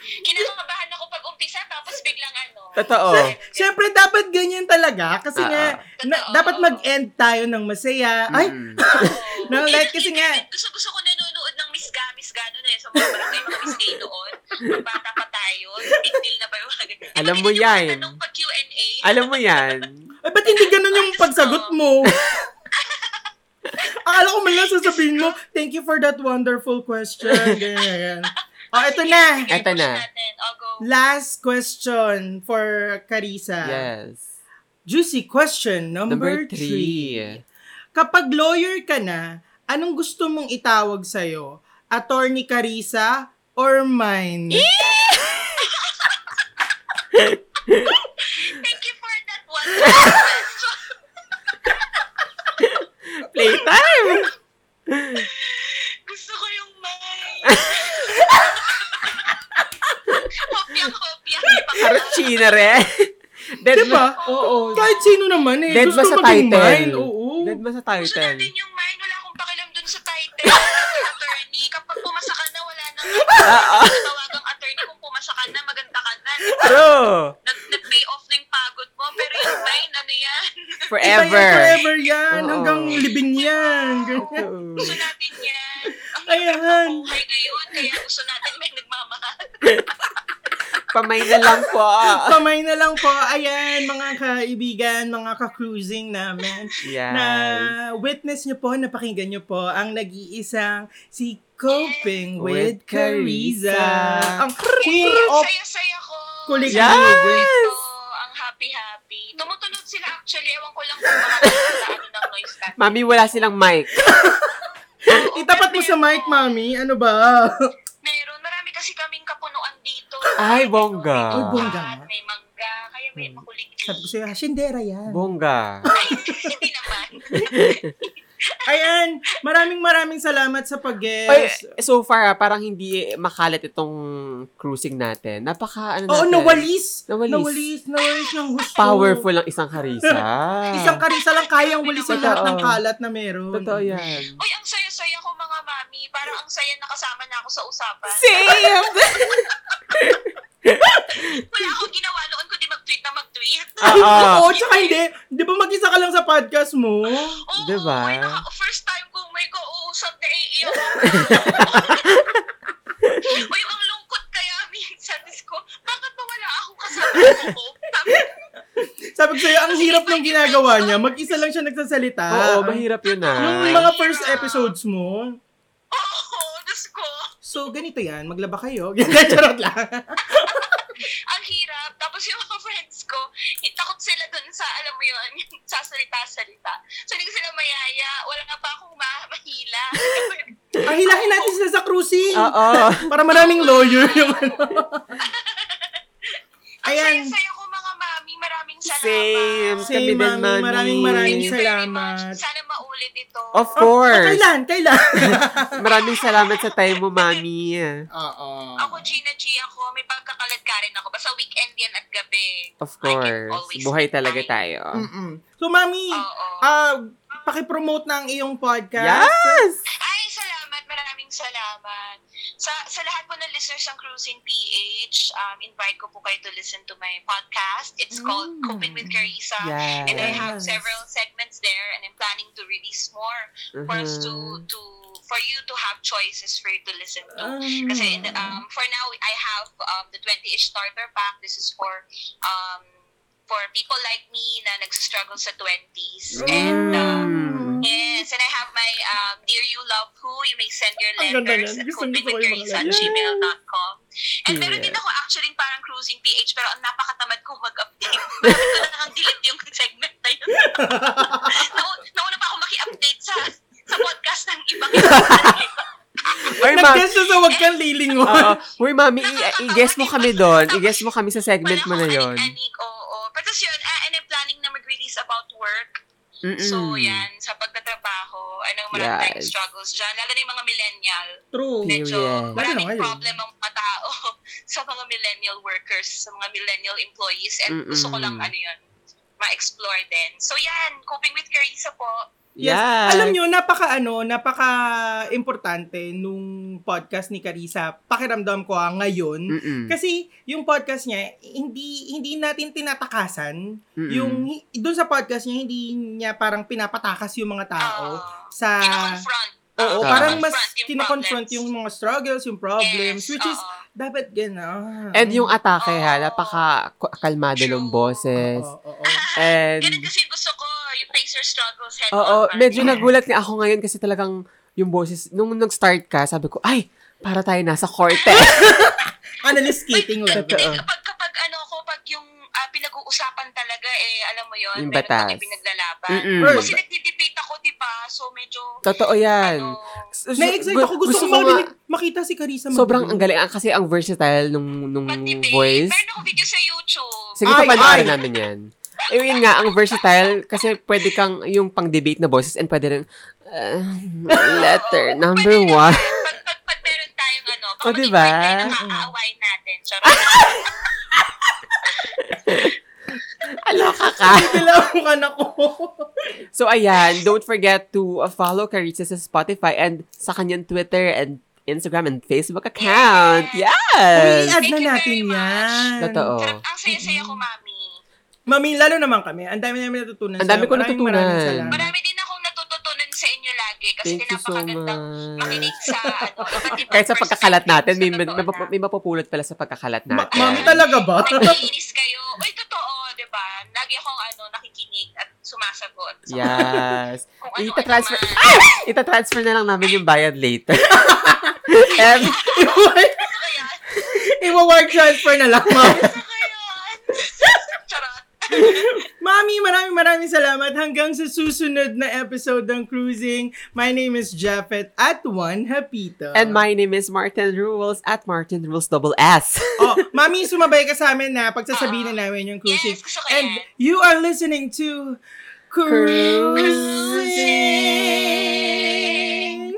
Kinakabahan ako pag umpisa, tapos biglang ano. Totoo. Siyempre dapat ganyan talaga kasi nga na- Totoo. dapat mag-end tayo ng masaya. Ay, Mm-mm. Oo. No, like, kasi nga- Gusto, gusto ko nanonood ng Miss Ga, Miss Ga, ano na eh. So, mga barangay, mga Miss A noon. Mga Bata pa tayo. Big deal na ba yung mga ganyan? Alam Diba, mo ganyan yung yan. mga Tanong pag Q&A. Alam mo yan. Ay, ba't hindi ganun yung pagsagot mo? Akala ko man lang sasabihin mo, thank you for that wonderful question. Ganyan, ganyan. Oh, ito na. Sige, Eto push na. natin. O, go. Last question for Carissa. Yes. Juicy question number, Number three. 3. Kapag lawyer ka na, anong gusto mong itawag sa'yo? Attorney Carissa or mine? Thank you for that one. question. Playtime! gusto ko yung may. kopya, kopya. Karutsina rin. Dead Diba? ba? Oo. Kahit sino naman eh. Dead ba gusto sa mo din title? mine? Oo. Dead ba sa Gusto title? natin yung mine. Wala akong pakialam dun sa title. attorney. Kapag pumasa ka na, wala nang Oo. tawagang attorney kung pumasa ka na, maganda ka na. True. Nag, nag-pay off na yung pagod mo. Pero yung mine, ano yan? Iba yan, Forever. forever yan. Oo. Hanggang libing yan. Ganyan. Oo. Gusto natin yan. Ang Ayan. hirap ng buhay ngayon, kaya gusto natin may nagmamahal. Pamay na lang po. Kamay na lang po. Ayan, mga kaibigan, mga ka-cruising namin. Yes. Na witness nyo po, napakinggan nyo po ang nag-iisang si Coping with With Cariza. Cariza. Ang queen Ang of saya-saya ko. kulig. Yes! Ito, ang happy-happy. Tumutunod sila actually. Ewan ko lang kung bakit sila ano ng noise natin. Mami, wala silang mic. Itapat Eh, mo sa mic, mami. Ano ba? Meron. Marami kasi kaming kapunuan dito. Ay, bongga. May Ay, bongga. tupat, May mangga. Kaya may makulig. Sabi ko "Ah, sa'yo, shindera yan. Bongga. Ay, hindi naman. Ayan, maraming maraming salamat sa Ay, pag-guest. so far, ah, parang hindi makalat itong cruising natin. Napaka, ano Oo, natin? nawalis. Nawalis. Nawalis. Nawalis ng gusto. Powerful ang isang harisa. Isang karisa lang kayang walisin Totoo. lahat ng kalat na meron. Totoo yan. Uy, ang saya-saya ko mga mami. Parang ang saya nakasama na ako sa usapan. Same! Wala akong ginawa noon kundi mag-tweet na mag-tweet. Oo. Ah, Oo, tsaka hindi. Di ba mag-isa ka lang sa podcast mo? Oo, Diba? may naka- first time kong may kauusap na E AI ako. Uy, ang lungkot kaya minsan. Diyos ko, bakit ba wala akong kasama ko? Sabi, Sabi sabi ko sa'yo, ang hirap ng ginagawa niya. Mag-isa lang siya nagsasalita. Oo, mahirap yun Yung ah. mga first episodes mo. Oo, Diyos ko. So, ganito yan. Maglaba kayo. Charot lang. Ang hirap. Tapos yung mga friends ko, eh, takot sila dun sa, alam mo yun, yung sasalita-salita. So, hindi ko sila mayaya. Wala na pa akong ma- mahila. Ah, hilahin natin sila sa cruising. Oo. Para maraming lawyer yung ano. Ang Ayan. saya-saya ko mga mami. Maraming salamat. Same. Same, Kami din, mami. mami. Maraming Thank maraming you very salamat. much. Sana maulit ito. Of Ah, ah, course. kailan? Kailan? Maraming salamat sa time mo, mami. Oo. Ako, Gina G ako. May pagkakalat ka rin ako. Basta weekend yan at gabi. Of I can course. always Buhay find talaga time. tayo. Mm-mm. So, mami, Oo. ah, pakipromote na ang iyong podcast. Yes! Ay, salamat. Maraming salamat. Sa, sa lahat po ng listeners ng Cruising PH, um, invite ko po kayo to listen to my podcast. It's called Mm. Coping with Carissa. And I Yes. have Hmm. Yes. several segments there and I'm planning to release more for us to, Mm-hmm. Mhm. to for you to have choices for you to listen to. Ah. Kasi in the- um, for now, I have um, the 20-ish starter pack. This is for um, for people like me na nagsistruggle sa Hmm. 20s. And um, Mm. Yes, and I have my um, Dear You Love Who. You may send your Ang ganda letters yan. at Gusto- gusto ko yung mga copingwithcarissa at letters. gmail.com. And meron din Yeah. ako actually parang cruising PH pero ang napakatamad ko mag-update. Ito na lang delete yung segment na yun. Nau- Nauna pa ako maki-update sa sa podcast ng ibang Ay, mami. Nag-guess siya sa wag kang lilingon. Oo. Uy, mami, i- i-guess mo kami doon. I-guess mo kami sa segment Wala mo na akong yon. anik-anik, oo. Pero tas yun, ah, and I'm planning na mag-release about work. Mm-mm. So yan, sa pagtatrabaho, ano marami Yes. tayong struggles dyan. Lalo na yung mga millennial. True. Period. Medyo Lalo na maraming ngayon. problem ang mga tao sa mga millennial workers, sa mga millennial employees. And gusto ko lang Mm-mm. ano yun, ma-explore din. So yan, coping with Carissa po. Yes. Yes. Alam nyo, napaka ano, napaka importante nung podcast ni Carissa. Pakiramdam ko ah, ngayon. Mm-mm. Kasi yung podcast niya, hindi hindi natin tinatakasan. Mm-mm. Yung doon sa podcast niya, hindi niya parang pinapatakas yung mga Ah, tao Oo. sa Kino-confront. Ah, Oo, Ah. parang mas Confront yung kinoconfront problems. yung mga struggles, yung problems, Yes, which is oo. dapat gano'n. And yung atake ha, Oo. napaka kalmado ng Oh. True. boses. Oo, oo, oo. And, Ganun kasi gusto ko, you face your struggles head oo, on. medyo nagulat nga ako ngayon kasi talagang yung boses, nung nag-start ka, sabi ko, ay, para tayo nasa korte. Analyst skating Totoo. level. Hindi, kapag, kapag ano ko, pag yung ah, pinag-uusapan talaga, eh, alam mo yun, Yung meron batas. kang pinaglalaban. Mm-mm. Kasi nagdi-debate ako, di ba? So medyo, Totoo yan. ano, Na-excite ako. Gusto, ko nga- marinig, makita si Carissa mag- Sobrang ang galing. Ang- Kasi ang versatile nung, nung pag-debate. voice. Meron ako video sa YouTube. Sige, Ay, papanoorin ay. namin yan. Eh, yun nga, ang versatile, kasi pwede kang yung pang-debate na boses and pwede rin, uh, letter number Pwede one. naman, Pag, pag, pag meron tayong ano, baka O, diba? maging part tayo ng aaway natin. Charot. Aloka ka. Kailangan ako. So, ayan, don't forget to uh, follow Carissa sa Spotify and sa kanyang Twitter and Instagram and Facebook account. Uy, Yes! add na Thank you natin very much. yan. Totoo. Sarap, ang saya-saya ko, mami. Mami, lalo naman kami. Ang dami namin natutunan. Ang dami sa'yo. ko Maraming, natutunan. maraming salamat. Marami din akong natututunan sa inyo lagi kasi Thank you so napakagandang much. makinig sa ano, iba't ibang Kahit sa pagkakalat natin, may, may, perspective. may, Totoo na. may mapupulot pala sa pagkakalat Ma- natin. mami talaga ba? Pag naiinis kayo, uy, totoo, di ba? Lagi akong ano, nakikinig at sumasagot. sa Yes. Kung ano ano-ano Itatransfer, man. ah! Itatransfer na lang namin yung bayad later. Em, Ano kaya? Iwa-work transfer na lang, mami. Ano kaya? Charot. Mami, maraming maraming salamat. Hanggang sa susunod na episode ng Cruising. My name is Japheth at Juan Hapito. and my name is Martin Rules at Martin Rules double S. oh, Mami, sumabay ka sa amin na pagsasabihin na namin yung Cruising. Yes, gusto ko and yan. you are listening to Cruising.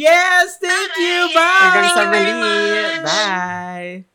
Yes, thank you. Bye. Hanggang sa Thank you mali. very much. Bye.